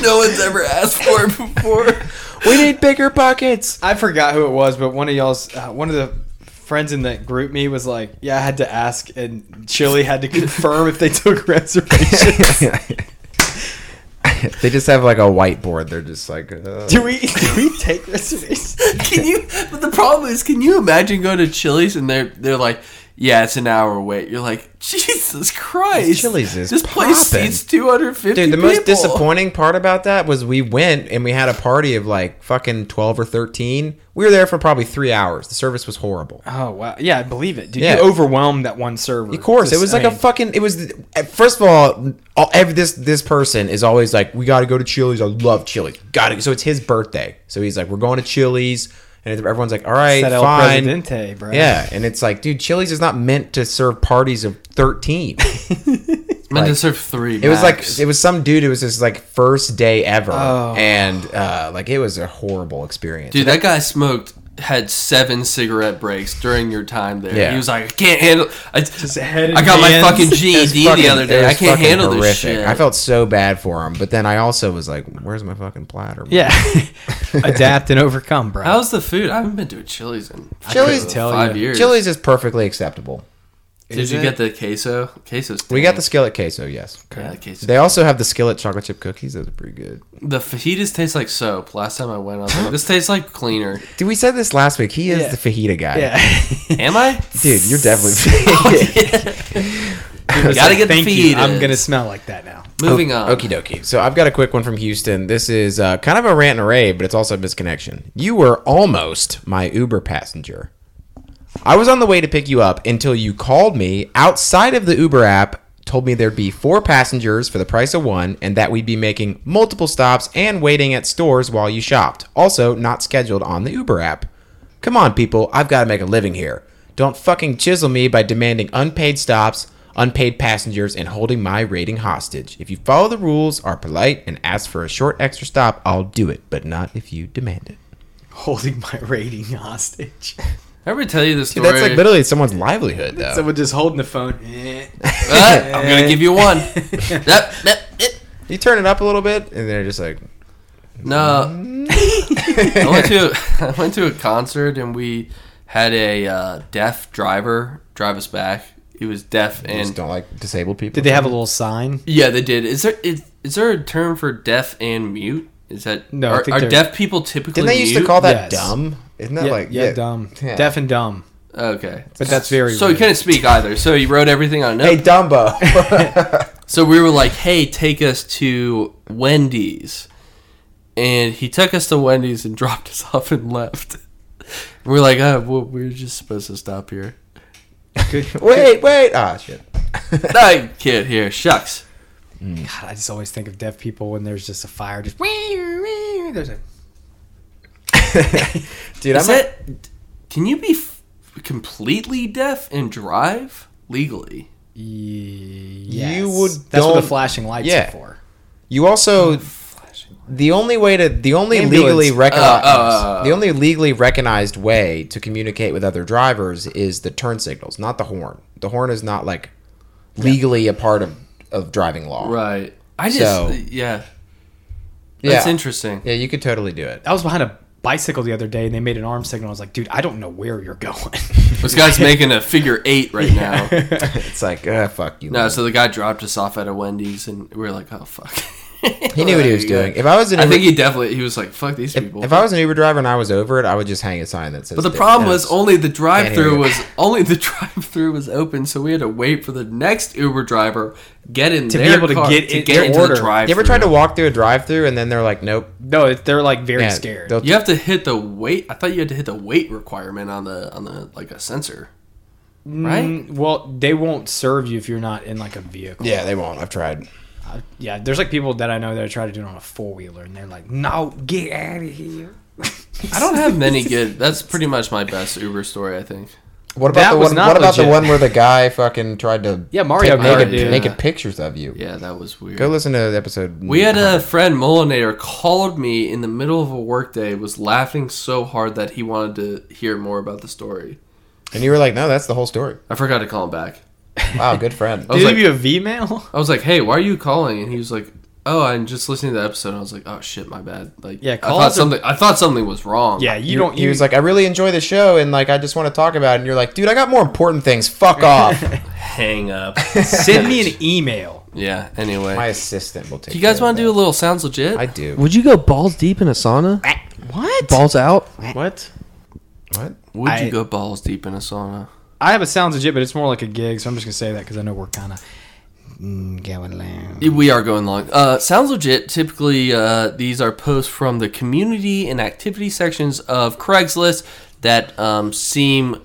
Speaker 2: No one's ever asked for it before.
Speaker 3: <laughs>
Speaker 1: we need bigger pockets.
Speaker 3: I forgot who it was, but one of y'all's, uh, one of the friends in that group me was like, yeah, I had to ask, and Chili had to confirm if they
Speaker 1: <laughs>
Speaker 3: took <laughs> reservations.
Speaker 1: <laughs> they just have like a whiteboard. They're just like,
Speaker 2: <laughs>
Speaker 1: uh,
Speaker 3: do we <laughs> do we take reservations?
Speaker 2: Can you? But the problem is, can you imagine going to Chili's and they're they're like, yeah, it's an hour wait. You're like, <laughs> Jesus Christ,
Speaker 1: Chili's is
Speaker 2: this place
Speaker 1: poppin'.
Speaker 2: seats 250
Speaker 1: dude. The most
Speaker 2: people.
Speaker 1: disappointing part about that was we went and we had a party of like fucking twelve or thirteen. We were there for probably three hours. The service was horrible.
Speaker 3: Oh wow, yeah, I believe it, dude.
Speaker 1: Yeah.
Speaker 3: You overwhelmed that one server.
Speaker 1: Of course, it was like a
Speaker 3: mean,
Speaker 1: fucking. It was first of all, all every, this this person is always like, we got to go to Chili's. I love Chili's. Got to. So it's his birthday. So he's like, we're going to Chili's, and everyone's like, all right,
Speaker 3: that El
Speaker 1: fine.
Speaker 3: Presidente, bro.
Speaker 1: Yeah, and it's like, dude, Chili's is not meant to serve parties of
Speaker 3: <laughs>
Speaker 1: thirteen.
Speaker 2: I meant to serve three.
Speaker 1: It was
Speaker 2: max.
Speaker 1: like it was some dude. It was his like first day ever,
Speaker 3: Oh.
Speaker 1: and uh, like it was a horrible experience.
Speaker 2: Dude, that guy smoked had seven cigarette breaks during your time there.
Speaker 1: Yeah.
Speaker 2: He was like, I can't handle. I,
Speaker 3: head and
Speaker 2: I got my
Speaker 3: hands.
Speaker 2: fucking
Speaker 1: It was
Speaker 2: GED
Speaker 1: fucking-
Speaker 2: the other
Speaker 1: it
Speaker 2: day.
Speaker 1: was
Speaker 2: I can't
Speaker 1: fucking
Speaker 2: handle this
Speaker 1: horrific.
Speaker 2: shit.
Speaker 1: I felt so bad for him, but then I also was like, "Where's my fucking platter?"
Speaker 3: <laughs> Yeah, <laughs> adapt and overcome, bro.
Speaker 1: Oh,
Speaker 2: How's the food? I haven't been to a Chili's in
Speaker 1: Chili's-
Speaker 3: Tell
Speaker 2: five
Speaker 3: you.
Speaker 2: years.
Speaker 1: Chili's is perfectly acceptable.
Speaker 2: Did you get the queso? Queso's.
Speaker 1: We got the skillet queso, yes.
Speaker 2: Yeah, the queso.
Speaker 1: They also have the skillet chocolate chip cookies. Those are pretty good.
Speaker 2: The fajitas taste like soap. Last time I went, I was like, this tastes like cleaner.
Speaker 1: Dude, we said this last week. He is
Speaker 3: Yeah.
Speaker 1: the fajita guy.
Speaker 3: yeah, <laughs>
Speaker 1: <laughs>
Speaker 2: Am I?
Speaker 1: Dude, you're definitely.
Speaker 2: Gotta get the
Speaker 3: Thank you.
Speaker 2: feed.
Speaker 3: I'm gonna smell like that now. <laughs>
Speaker 2: Moving on.
Speaker 1: Okie dokie. So I've got a quick one from Houston. This is uh, kind of a rant and rave, but it's also a misconnection. You were almost my Uber passenger. I was on the way to pick you up until you called me outside of the Uber app told me there'd be four passengers for the price of one and that we'd be making multiple stops and waiting at stores while you shopped. Also, not scheduled on the Uber app. Come on, people, I've got to make a living here. Don't fucking chisel me by demanding unpaid stops, unpaid passengers, and holding my rating hostage. If you follow the rules, are polite, and ask for a short extra stop, I'll do it, but not if you demand it.
Speaker 3: holding my rating hostage.
Speaker 2: Ever tell you the story?
Speaker 1: That's like literally someone's livelihood, though.
Speaker 3: Someone just holding the phone. eh.
Speaker 2: Ah, I'm gonna give you
Speaker 1: <laughs>
Speaker 2: one. Yep, yep, yep.
Speaker 1: you turn it up a little bit, and they're just like,
Speaker 2: No,
Speaker 1: <laughs>
Speaker 2: I went to <laughs> I went to a concert and we had a uh, deaf driver drive us back. He was deaf
Speaker 1: I just
Speaker 2: and
Speaker 1: don't like disabled people.
Speaker 3: Did they have a little sign?
Speaker 2: yeah, they did. Is there is, is there a term for deaf and mute? Is that
Speaker 3: No, I
Speaker 2: Are,
Speaker 3: think
Speaker 2: are
Speaker 3: they're-
Speaker 2: deaf people typically?
Speaker 1: Didn't they used to
Speaker 2: mute?
Speaker 1: call that
Speaker 3: Yes.
Speaker 1: dumb? Isn't that
Speaker 3: Yeah,
Speaker 1: like
Speaker 3: yeah, dumb,
Speaker 1: Yeah.
Speaker 3: deaf and <laughs> dumb.
Speaker 2: Okay,
Speaker 3: But that's very.
Speaker 2: so he
Speaker 3: rude.
Speaker 2: couldn't speak either. So he wrote everything on a note.
Speaker 1: Hey Dumbo.
Speaker 3: <laughs>
Speaker 1: <laughs>
Speaker 2: So we were like, "Hey, take us to Wendy's," and he took us to Wendy's and <laughs> dropped us off and left. We're like, "Oh, well, we're just supposed to
Speaker 1: <laughs>
Speaker 2: stop here."
Speaker 3: Good-
Speaker 1: wait, wait. Ah,
Speaker 3: <laughs>
Speaker 1: shit.
Speaker 2: I can't hear. Shucks.
Speaker 3: God, I just always think of deaf people when there's just a fire. Just there's a
Speaker 1: Dude,
Speaker 2: Is
Speaker 1: I'm
Speaker 2: that? Can you be f- completely deaf and drive legally?
Speaker 3: yes.
Speaker 1: would
Speaker 3: That's what the
Speaker 1: don't-
Speaker 3: flashing lights
Speaker 1: yeah.
Speaker 3: are for.
Speaker 1: you also the only way to the only
Speaker 3: Ambulance.
Speaker 1: legally recognized
Speaker 2: Uh, uh,
Speaker 1: the only legally recognized way to communicate with other drivers is the turn signals, not the horn. The horn is not like legally a part of of driving law.
Speaker 2: Right. I just
Speaker 1: So-
Speaker 2: yeah.
Speaker 1: Yeah.
Speaker 2: That's interesting.
Speaker 1: yeah, you could totally do
Speaker 3: <laughs>
Speaker 1: it.
Speaker 3: I was behind a bicycle the other day and they made an arm signal. I was like, dude, I don't know where you're going. <laughs>
Speaker 2: This guy's making a figure eight right now.
Speaker 1: <laughs> It's like, ah, fuck you.
Speaker 2: No, so the guy dropped us off at a Wendy's, and we were like, "Oh fuck."
Speaker 1: he knew what he
Speaker 2: <laughs>
Speaker 1: was doing. If I was an
Speaker 2: uh, I
Speaker 1: Uber,
Speaker 2: think he definitely he was like, "Fuck these people."
Speaker 1: if I was an Uber driver and I was over it, I would just hang a sign that says.
Speaker 2: But the
Speaker 1: that-
Speaker 2: problem
Speaker 1: that
Speaker 2: was
Speaker 1: it's-
Speaker 2: only the drive-through
Speaker 1: Anyway.
Speaker 2: was only the <laughs> drive-through was open, so we had to wait for the next Uber driver get in
Speaker 3: To be
Speaker 2: their
Speaker 3: able to
Speaker 2: car-
Speaker 3: get
Speaker 2: to
Speaker 3: in-
Speaker 2: get
Speaker 3: their
Speaker 2: into
Speaker 3: order.
Speaker 2: the
Speaker 3: You
Speaker 2: drive.
Speaker 1: You ever tried to walk through a drive-through and then they're like, nope,
Speaker 3: no, it- they're like very
Speaker 1: yeah,
Speaker 3: scared.
Speaker 1: they'll-
Speaker 2: You have to hit the weight. I thought you had to hit the weight requirement on the on the like a sensor, right?
Speaker 3: Mm, well, they won't serve you if you're not in like a vehicle.
Speaker 1: yeah, they won't. I've tried.
Speaker 3: I- yeah. There's like people that I know that try to do it on a four wheeler and they're like, no, get out of here.
Speaker 2: I don't have many
Speaker 3: <laughs>
Speaker 2: good. That's pretty much my best Uber story, I think.
Speaker 1: What about
Speaker 3: That
Speaker 1: the
Speaker 3: was
Speaker 1: one?
Speaker 3: not
Speaker 1: What about the
Speaker 3: legit.
Speaker 1: one where the guy fucking tried to
Speaker 3: Yeah, Mario
Speaker 1: take
Speaker 3: Kart,
Speaker 1: naked,
Speaker 3: dude.
Speaker 1: naked pictures of you?
Speaker 2: Yeah, that was weird.
Speaker 1: Go listen to the episode.
Speaker 2: We had a friend, Molinator, called me in the middle of a workday, was laughing so hard that he wanted to hear more about the story.
Speaker 1: and you were like, "No, that's the whole story."
Speaker 2: I forgot to call him back.
Speaker 1: Wow, good
Speaker 2: <laughs>
Speaker 1: friend.
Speaker 2: was
Speaker 3: Did they
Speaker 2: like-
Speaker 3: give you a V mail? <laughs>
Speaker 2: I was like, hey, why are you calling? And he was like, oh, I'm just listening to the episode. And I was like, oh, shit, my bad. Like,
Speaker 3: Yeah,
Speaker 2: I
Speaker 3: calls
Speaker 2: thought
Speaker 3: are-
Speaker 2: something. I thought something was wrong.
Speaker 3: Yeah, you don't.
Speaker 1: He
Speaker 3: You,
Speaker 1: was like, "I really enjoy the show, and like, I just want to talk about." it. And you're like, "Dude, I got more important things.
Speaker 2: <laughs>
Speaker 1: Fuck off."
Speaker 4: <laughs>
Speaker 2: hang up.
Speaker 3: send me an email.
Speaker 2: yeah. Anyway,
Speaker 1: My assistant will take.
Speaker 2: do you guys
Speaker 1: care of
Speaker 2: want to do a little sounds legit?
Speaker 1: that. I do.
Speaker 4: Would you go balls deep in a sauna?
Speaker 3: What?
Speaker 4: Balls out?
Speaker 3: What?
Speaker 1: What?
Speaker 2: Would
Speaker 3: I-
Speaker 2: you go balls deep in a sauna?
Speaker 3: I have a sounds legit, but it's more like a gig, so I'm just gonna say that because I know we're kind of going long.
Speaker 2: We are going long. Uh, sounds legit. Typically, uh, these are posts from the community and activity sections of Craigslist that um, seem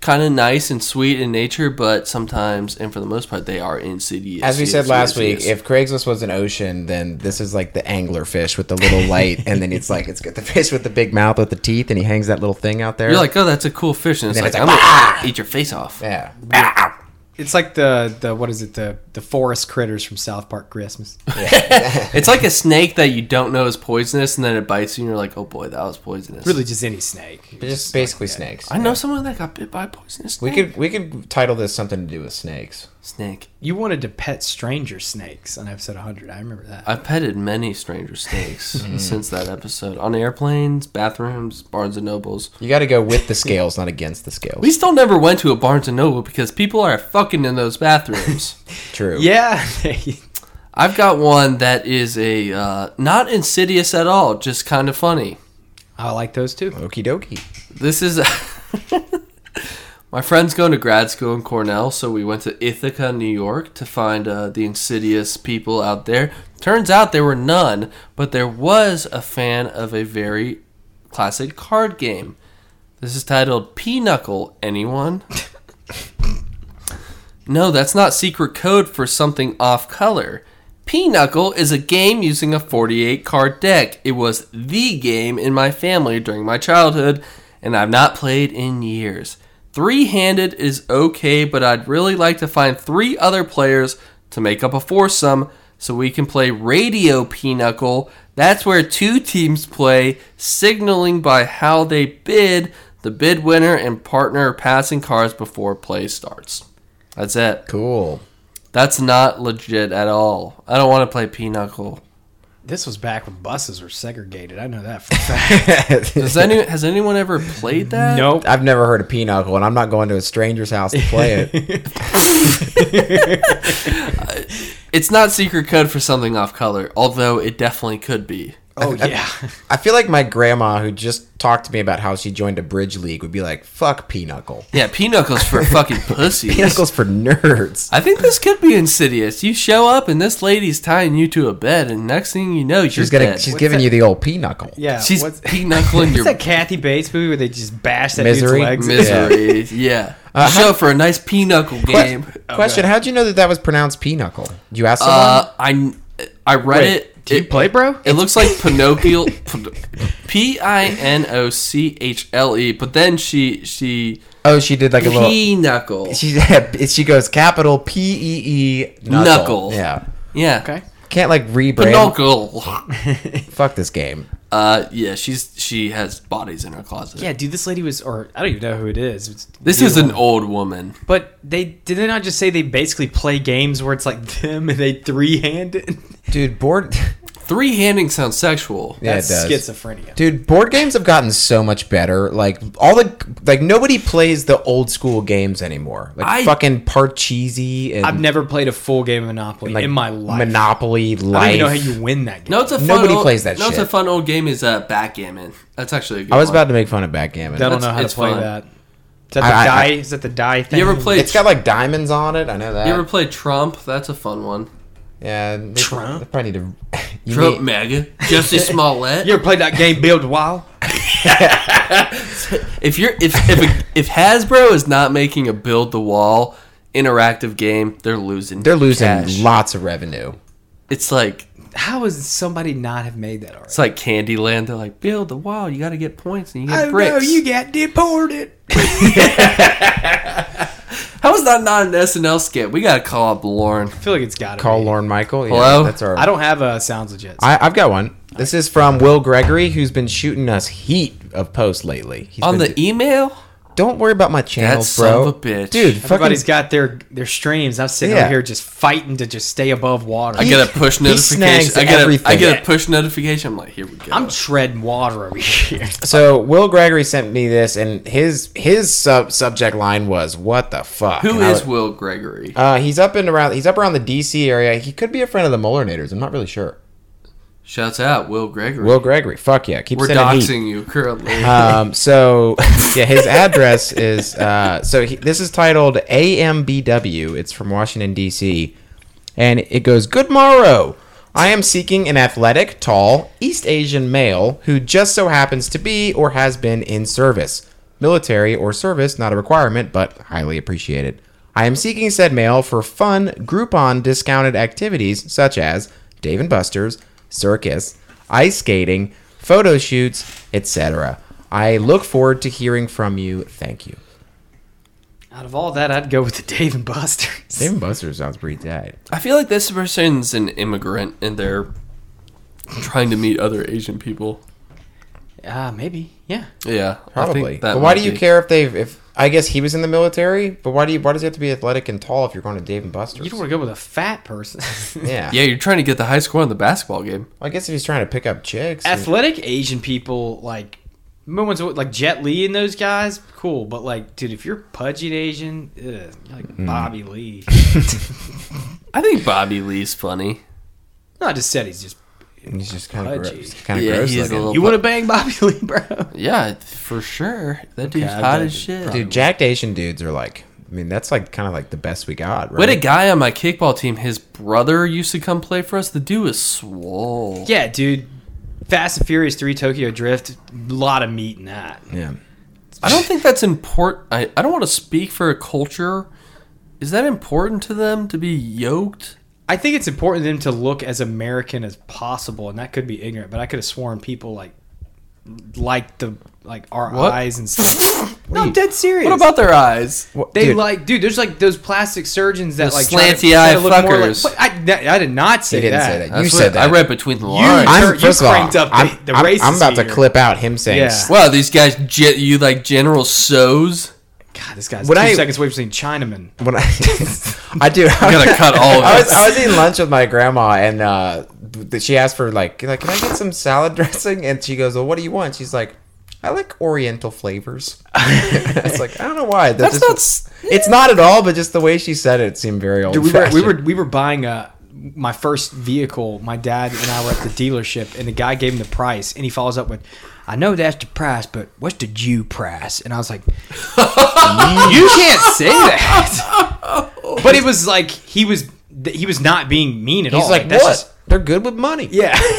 Speaker 2: kind of nice and sweet in nature, but sometimes, and for the most part, they are insidious.
Speaker 1: As we said
Speaker 2: Yes,
Speaker 1: last
Speaker 2: yes,
Speaker 1: week,
Speaker 2: yes.
Speaker 1: if Craigslist was an ocean, then this is like the anglerfish with the
Speaker 2: <laughs>
Speaker 1: little light, and then it's like it's got the fish with the big mouth with the teeth, and he hangs that little thing out there.
Speaker 2: you're like, oh, that's a cool fish, and it's
Speaker 1: then
Speaker 2: like,
Speaker 1: it's
Speaker 2: I'm
Speaker 1: like,
Speaker 2: gonna eat your face off.
Speaker 1: yeah. Ah,
Speaker 3: It's like the the what is it the the forest critters from South
Speaker 2: <laughs>
Speaker 3: Park Christmas.
Speaker 2: It's like a snake that you don't know is poisonous, and then it bites you, and you're like, oh boy, that was poisonous.
Speaker 3: really, just any snake.
Speaker 1: Just basically snakes.
Speaker 2: I know someone that got bit by a poisonous
Speaker 1: We
Speaker 2: snake.
Speaker 1: could we could title this something to do with snakes.
Speaker 2: snake.
Speaker 3: You wanted to pet stranger snakes on episode 100. I remember that.
Speaker 2: I've petted many stranger <laughs> snakes since that episode on airplanes, bathrooms, Barnes and Nobles.
Speaker 1: You got to go with the scales, not against the scales.
Speaker 2: We still never went to a Barnes and Noble because people are fucking in those bathrooms.
Speaker 1: True.
Speaker 3: yeah,
Speaker 2: <laughs>
Speaker 3: <laughs>
Speaker 2: I've got one that is a uh, not insidious at all, just kind of funny.
Speaker 3: I like those too.
Speaker 1: Okie dokie.
Speaker 2: This is <laughs> my friend's going to grad school in Cornell, so we went to Ithaca, New York, to find uh, the insidious people out there. Turns out there were none, but there was a fan of a very classic card game. This is titled Pinochle. Anyone? No, that's not secret code for something off color. Pinochle is a game using a 48 card deck. It was the game in my family during my childhood, and I've not played in years. Three handed is okay, but I'd really like to find three other players to make up a foursome so we can play Radio Pinochle. That's where two teams play, signaling by how they bid, the bid winner and partner are passing cards before play starts. That's it.
Speaker 1: Cool.
Speaker 2: That's not legit at all. I don't want to play Pinochle.
Speaker 3: This was back when buses were segregated. I know that for
Speaker 2: <laughs>
Speaker 3: a fact.
Speaker 2: <laughs> Does any, has anyone ever played that?
Speaker 3: nope.
Speaker 1: <laughs> I've never heard of Pinochle, and I'm not going to a stranger's house to play it.
Speaker 2: <laughs> It's not secret code for something off color, although it definitely could be.
Speaker 3: Oh yeah.
Speaker 2: <laughs>
Speaker 1: I feel like my grandma, who just talked to me about how she joined a bridge league, would be like, "Fuck Pinochle.
Speaker 2: Yeah, Pinocchle's for fucking pussies.
Speaker 1: Pinocchle's for nerds."
Speaker 2: I think this could be insidious. You show up and this lady's tying you to a bed, and next thing you know, you're
Speaker 1: She's gonna,
Speaker 2: dead.
Speaker 1: she's
Speaker 2: She's,
Speaker 1: giving you the old Pinochle.
Speaker 3: Yeah.
Speaker 2: <laughs>
Speaker 3: what's, <laughs>
Speaker 2: Pinocchling
Speaker 3: what's
Speaker 2: your <laughs>
Speaker 3: that Kathy Bates movie where they just bash that
Speaker 1: Misery?
Speaker 3: dude's legs?
Speaker 1: Mis-
Speaker 2: misery. Yeah, You show up for a nice Pinochle game.
Speaker 1: Question: How'd you know that that was pronounced Pinochle? Did you ask someone?
Speaker 2: Uh, I I read
Speaker 3: Wait,
Speaker 2: it.
Speaker 3: do you
Speaker 2: it,
Speaker 3: play, bro?
Speaker 2: It looks like Pinocchio, P I N O C H L E. But then she she
Speaker 1: oh, she did like a little.
Speaker 2: Pinochle.
Speaker 1: She <laughs> she goes capital P E E knuckle.
Speaker 2: Knuckle.
Speaker 1: Yeah,
Speaker 2: Yeah,
Speaker 3: Okay.
Speaker 1: can't like rebrand.
Speaker 2: Pinocchio.
Speaker 1: Fuck this game.
Speaker 2: Uh, yeah, she's she has bodies in her closet.
Speaker 3: Yeah, dude, this lady was, or I don't even know who it is. It's
Speaker 2: This is an old woman.
Speaker 3: But they did they not just say they basically play games where it's like them and they three hand it?
Speaker 1: Dude, board. <laughs>
Speaker 2: Three handing sounds sexual.
Speaker 1: Yeah,
Speaker 3: <laughs> That's
Speaker 1: it does.
Speaker 3: schizophrenia.
Speaker 1: Dude, board games have gotten so much better. Like all the like nobody plays the old school games anymore. Like
Speaker 2: I-
Speaker 1: fucking Parcheesi and
Speaker 3: I've never played a full game of Monopoly
Speaker 1: like
Speaker 3: in my life.
Speaker 1: Monopoly
Speaker 3: I
Speaker 1: life.
Speaker 3: don't even know how you win that game.
Speaker 2: No, it's a fun
Speaker 1: Nobody
Speaker 2: old,
Speaker 1: plays that
Speaker 2: No, it's
Speaker 1: shit.
Speaker 2: a fun old game. Is uh, backgammon. That's actually a good
Speaker 1: I was
Speaker 2: one.
Speaker 1: about to make fun of backgammon.
Speaker 3: I don't
Speaker 2: That's-
Speaker 3: know how to
Speaker 2: it's
Speaker 3: play
Speaker 2: fun.
Speaker 3: that. Is that the
Speaker 1: I- I-
Speaker 3: die? is that the die thing?
Speaker 2: You ever played?
Speaker 1: It's got like diamonds on it. I know that.
Speaker 2: you ever played Trump? That's a fun one.
Speaker 1: yeah, they,
Speaker 3: Trump?
Speaker 1: they probably need to. <laughs> you
Speaker 2: Trump
Speaker 1: need-
Speaker 2: mega.
Speaker 1: <laughs>
Speaker 2: Justice Smollett.
Speaker 3: You ever played that game Build Wild?
Speaker 2: If you're if if
Speaker 1: <laughs>
Speaker 2: if Hasbro is not making a build the wall interactive game, they're losing.
Speaker 1: they're losing
Speaker 2: cash.
Speaker 1: lots of revenue.
Speaker 2: It's like
Speaker 3: How has somebody not have made that already?
Speaker 2: it's like Candyland. They're like build the wall. You got to get points and you get
Speaker 3: Oh no,
Speaker 2: bricks.
Speaker 3: you got deported.
Speaker 2: How is that not an SNL skit? We got to call up Lauren.
Speaker 3: I feel like it's got to
Speaker 1: Call
Speaker 3: be.
Speaker 1: Lauren Michael. Yeah,
Speaker 2: Hello?
Speaker 1: that's our.
Speaker 3: I don't have a sounds legit.
Speaker 1: I, I've got one. This is from Will Gregory, who's been shooting us heat of posts lately. He's
Speaker 2: On
Speaker 1: been
Speaker 2: the email,
Speaker 1: Don't worry about my channel,
Speaker 2: That son
Speaker 1: bro.
Speaker 2: of a bitch.
Speaker 1: Dude,
Speaker 3: Everybody's
Speaker 1: fucking,
Speaker 3: got their their streams. I'm sitting
Speaker 1: Yeah.
Speaker 3: over here just fighting to just stay above water.
Speaker 2: I
Speaker 1: He-
Speaker 2: get a push
Speaker 1: he snags
Speaker 2: notification. I get a, I
Speaker 1: everything.
Speaker 2: get a push notification. I'm like, here we go.
Speaker 3: I'm treading water over here.
Speaker 1: so Will Gregory sent me this, and his his sub- subject line was "What the fuck?"
Speaker 2: Who
Speaker 1: And I
Speaker 2: is
Speaker 1: was-
Speaker 2: Will Gregory?
Speaker 1: Uh, he's up and around. He's up around the D.C. area. He could be a friend of the Molinators. I'm not really sure.
Speaker 2: Shouts out Will Gregory.
Speaker 1: Will Gregory, fuck yeah, keep
Speaker 2: We're
Speaker 1: sending heat.
Speaker 2: doxing you currently.
Speaker 1: Um, so yeah, his address is uh, so he, this is titled AMBW. It's from Washington D.C. and it goes, "Good morrow. I am seeking an athletic, tall, East Asian male who just so happens to be or has been in service, military or service, not a requirement, but highly appreciated. I am seeking said male for fun Groupon discounted activities such as Dave and Buster's, circus, ice skating, photo shoots, etc. I look forward to hearing from you. Thank you.
Speaker 3: Out of all that, I'd go with the Dave and Buster's.
Speaker 1: Dave and Buster's sounds pretty tight.
Speaker 2: I feel like this person's an immigrant and they're trying to meet other Asian people.
Speaker 3: <laughs> Ah, maybe. Yeah.
Speaker 2: Yeah, I
Speaker 1: Probably.
Speaker 2: think that
Speaker 1: But why
Speaker 2: might
Speaker 1: do you
Speaker 2: be-
Speaker 1: care if they if I guess he was in the military, but why do you why does he have to be athletic and tall if you're going to Dave and Buster's?
Speaker 3: You don't want to go with a fat person.
Speaker 1: yeah.
Speaker 2: Yeah, you're trying to get the high score on the basketball game.
Speaker 1: I guess if he's trying to pick up chiccks. and-
Speaker 3: <laughs> Athletic Asian people, like, remember ones with, like Jet Li and those guys? Cool. But, like, dude, if you're pudgy and Asian, ugh, you're like
Speaker 1: Hmm. <laughs>
Speaker 3: Bobby Lee.
Speaker 2: I think Bobby Lee's funny.
Speaker 3: no, I just said he's just.
Speaker 1: he's just kind of
Speaker 3: Pudgy.
Speaker 1: gross. Kind of
Speaker 2: Yeah,
Speaker 1: gross
Speaker 2: he's a
Speaker 1: looking.
Speaker 2: little-
Speaker 3: You want to bang Bobby <laughs> Lee, bro?
Speaker 2: Yeah, for sure. That dude's
Speaker 3: I
Speaker 2: hot
Speaker 3: got
Speaker 2: as
Speaker 3: it.
Speaker 2: shit.
Speaker 1: Dude, jacked Asian dudes are like I mean, that's like kind of like the best we got, right?
Speaker 2: We had a guy on my kickball team. His brother used to come play for us. The dude was swole.
Speaker 3: Yeah, dude. Fast and Furious 3 Tokyo Drift, lot of meat in that.
Speaker 1: yeah.
Speaker 2: I don't think that's important. I, I don't want to speak for a culture. Is that important to them to be yoked?
Speaker 3: I think it's important to them to look as American as possible, and that could be ignorant, but I could have sworn people like like the like our
Speaker 2: What?
Speaker 3: eyes and stuff. no,
Speaker 1: are you-
Speaker 3: I'm dead serious.
Speaker 2: What about their eyes?
Speaker 3: They
Speaker 1: Dude,
Speaker 3: like, dude. There's like those plastic surgeons that
Speaker 2: Those
Speaker 3: like try to-
Speaker 2: slanty
Speaker 3: try to
Speaker 2: eye
Speaker 3: look more like-
Speaker 2: fuckers.
Speaker 3: I, that- I did not say
Speaker 5: He didn't
Speaker 3: that.
Speaker 5: say that.
Speaker 2: That's
Speaker 5: you
Speaker 2: what
Speaker 5: said that.
Speaker 2: I read between the lines.
Speaker 3: I-
Speaker 1: I'm
Speaker 3: you
Speaker 1: first of all,
Speaker 3: cranked up the-
Speaker 1: I'm,
Speaker 3: the
Speaker 1: I'm, I'm
Speaker 3: racist
Speaker 1: about to
Speaker 3: meter.
Speaker 1: clip out him saying
Speaker 3: Yeah.
Speaker 1: "S-
Speaker 2: wow, these guys, ge- you like General So's?
Speaker 3: God, this guy's
Speaker 1: When
Speaker 3: two
Speaker 1: I-
Speaker 3: seconds away from saying Chinaman.
Speaker 1: when I, I
Speaker 3: <laughs>
Speaker 1: do. I'm
Speaker 2: gonna cut all of
Speaker 1: I was,
Speaker 2: this.
Speaker 1: I was eating lunch with my grandma, and uh, th- she asked for like, like, can I get some salad <laughs> dressing? And she goes, well, what do you want? She's like, I like Oriental flavors. <laughs> It's like I don't know why. That's,
Speaker 2: That's
Speaker 1: just- It's not at all, but just the way she said it seemed very old.
Speaker 3: Dude, we were, we were we were buying a my first vehicle. My dad and I were at the dealership, and the guy gave him the price, and he follows up with, "I know that's the price, but what's the Jew price?" And
Speaker 1: <laughs>
Speaker 3: I was like, "You can't say that." But it was like he was he was not being mean at all.
Speaker 1: He's like,
Speaker 3: that's
Speaker 1: what?
Speaker 3: just-
Speaker 1: They're good with money.
Speaker 3: yeah. <laughs>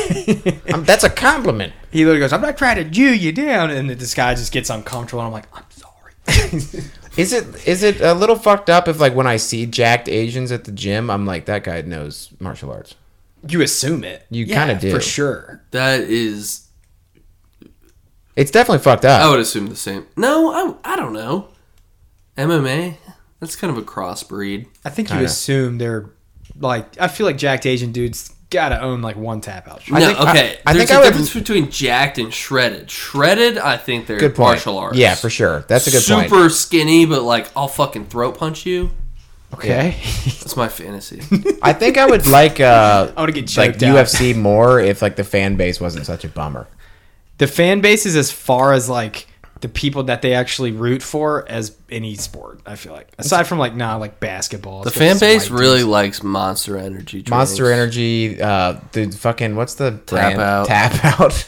Speaker 1: Um, that's a compliment.
Speaker 3: he literally goes, "I'm not trying to Jew you down," and this guy just gets uncomfortable, and I'm like, "I'm sorry." <laughs>
Speaker 1: Is it is it a little fucked up if like when I see jacked Asians at the gym, I'm like that guy knows martial arts.
Speaker 3: you assume it.
Speaker 1: You kinda do.
Speaker 3: for sure.
Speaker 2: That is
Speaker 1: It's definitely fucked
Speaker 3: Oh,
Speaker 1: up.
Speaker 2: I would assume the same. No, I, I don't know. MMA, that's kind of a crossbreed.
Speaker 3: I think
Speaker 1: Kinda.
Speaker 3: you assume they're like. I feel like jacked Asian dudes gotta own like one tap out.
Speaker 2: no,
Speaker 1: think-
Speaker 2: okay.
Speaker 1: I- I think
Speaker 2: There's a
Speaker 1: I would-
Speaker 2: difference between jacked and shredded. Shredded, I think they're
Speaker 1: good point.
Speaker 2: martial arts.
Speaker 1: Yeah, for sure. That's a good
Speaker 2: Super
Speaker 1: point.
Speaker 2: skinny, but like I'll fucking throat punch you.
Speaker 1: Okay.
Speaker 2: That's
Speaker 1: <laughs>
Speaker 2: my fantasy.
Speaker 1: I think I would like uh
Speaker 3: <laughs> I wanna get
Speaker 1: like
Speaker 3: choked out.
Speaker 1: UFC more if like the fan base wasn't such a bummer.
Speaker 3: <laughs> The fan base is as far as like the people that they actually root for as any sport. I feel like aside from like nah, like basketball.
Speaker 2: the
Speaker 3: it's
Speaker 2: fan
Speaker 3: just
Speaker 2: base
Speaker 3: white
Speaker 2: really
Speaker 3: dudes.
Speaker 2: likes Monster Energy. Drinks.
Speaker 1: Monster Energy, uh the fucking what's the brand?
Speaker 2: Out.
Speaker 1: Tap out.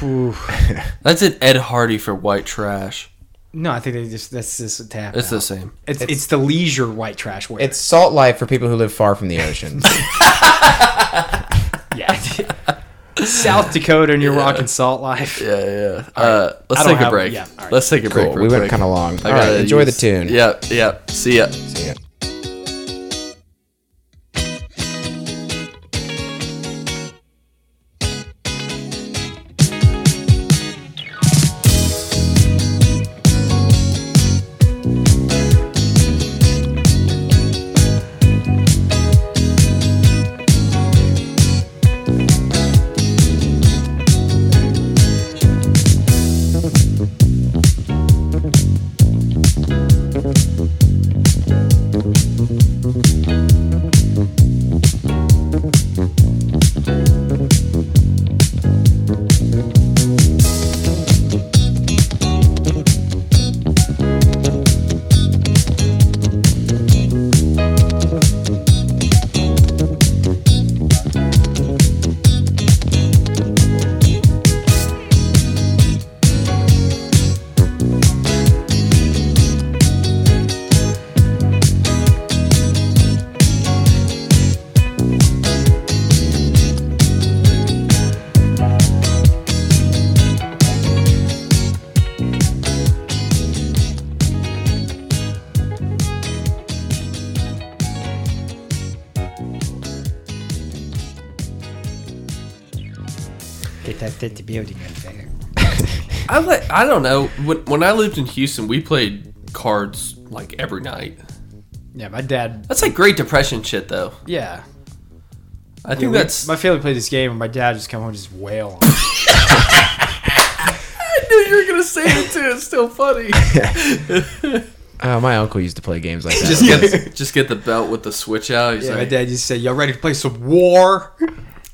Speaker 1: <laughs>
Speaker 2: That's an Ed Hardy for white trash.
Speaker 3: No, I think they just that's just a tap.
Speaker 2: It's
Speaker 3: out.
Speaker 2: the same.
Speaker 3: It's, it's the leisure white trash wear.
Speaker 1: It's salt life for people who live far
Speaker 2: <laughs>
Speaker 1: from the ocean.
Speaker 3: yeah. <laughs> South Dakota and you're rocking Salt Life.
Speaker 2: Yeah, yeah. Uh, let's
Speaker 3: I don't
Speaker 2: take a
Speaker 3: have-
Speaker 2: break.
Speaker 3: yeah, all right.
Speaker 2: Let's take a break.
Speaker 1: cool. We went kind of long. All right, enjoy the tune.
Speaker 2: Yep, yep. See ya.
Speaker 1: See ya.
Speaker 3: Get that to building right there.
Speaker 2: I like. I don't know. When when I lived in Houston, we played cards like every night.
Speaker 3: Yeah, my dad.
Speaker 2: That's like Great Depression shit, though.
Speaker 3: Yeah,
Speaker 2: I think
Speaker 3: Yeah, we-
Speaker 2: that's. <laughs>
Speaker 3: my family played this game, and my dad just come home and just wail. on it.
Speaker 2: I knew you were gonna say it too. It's still
Speaker 3: <laughs>
Speaker 2: funny.
Speaker 1: Uh, my uncle used to play games
Speaker 2: <laughs>
Speaker 1: like that.
Speaker 2: just get just get the belt with the switch out. He's
Speaker 3: Yeah, my
Speaker 2: like,
Speaker 3: dad used to say, "Y'all ready to play some war?"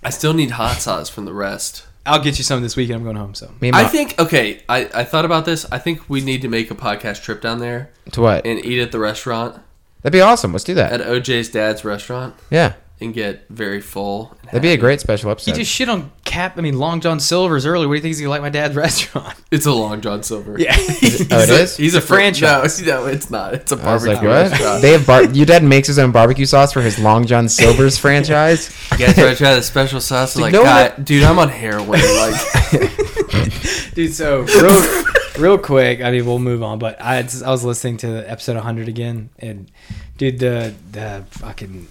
Speaker 2: I still need hot sauce from the rest.
Speaker 3: I'll get you some this weekend. I'm going home. So
Speaker 1: Me and my,
Speaker 2: I think okay. I I thought about this. I think we need to make a podcast trip down there
Speaker 1: to what?
Speaker 2: and eat at the restaurant
Speaker 1: That'd be awesome. Let's do that.
Speaker 2: at OJ's dad's restaurant
Speaker 1: yeah.
Speaker 2: and get very full. and
Speaker 1: That'd be a
Speaker 2: happy.
Speaker 1: great special episode.
Speaker 3: he just shit on Cap. I mean, Long John Silver's early. What do you think he's gonna like my dad's <laughs> restaurant?
Speaker 2: It's a Long John Silver.
Speaker 3: <laughs> Yeah,
Speaker 1: oh, it
Speaker 2: He's a-
Speaker 1: is?
Speaker 2: He's a fr-
Speaker 3: franchise.
Speaker 2: <laughs> No, no, it's not. It's a
Speaker 1: I was
Speaker 2: barbecue
Speaker 1: like, what?
Speaker 2: restaurant.
Speaker 1: They have bar- your dad makes his own barbecue sauce for his Long John
Speaker 2: <laughs>
Speaker 1: Silver's franchise.
Speaker 2: You guys try to try the special sauce? Like,
Speaker 1: no one-
Speaker 2: <laughs> God, dude, I'm on heroin. Like,
Speaker 3: <laughs> dude. So road real quick. I mean, we'll move on. But I, I was listening to episode 100 again, and dude, the the fucking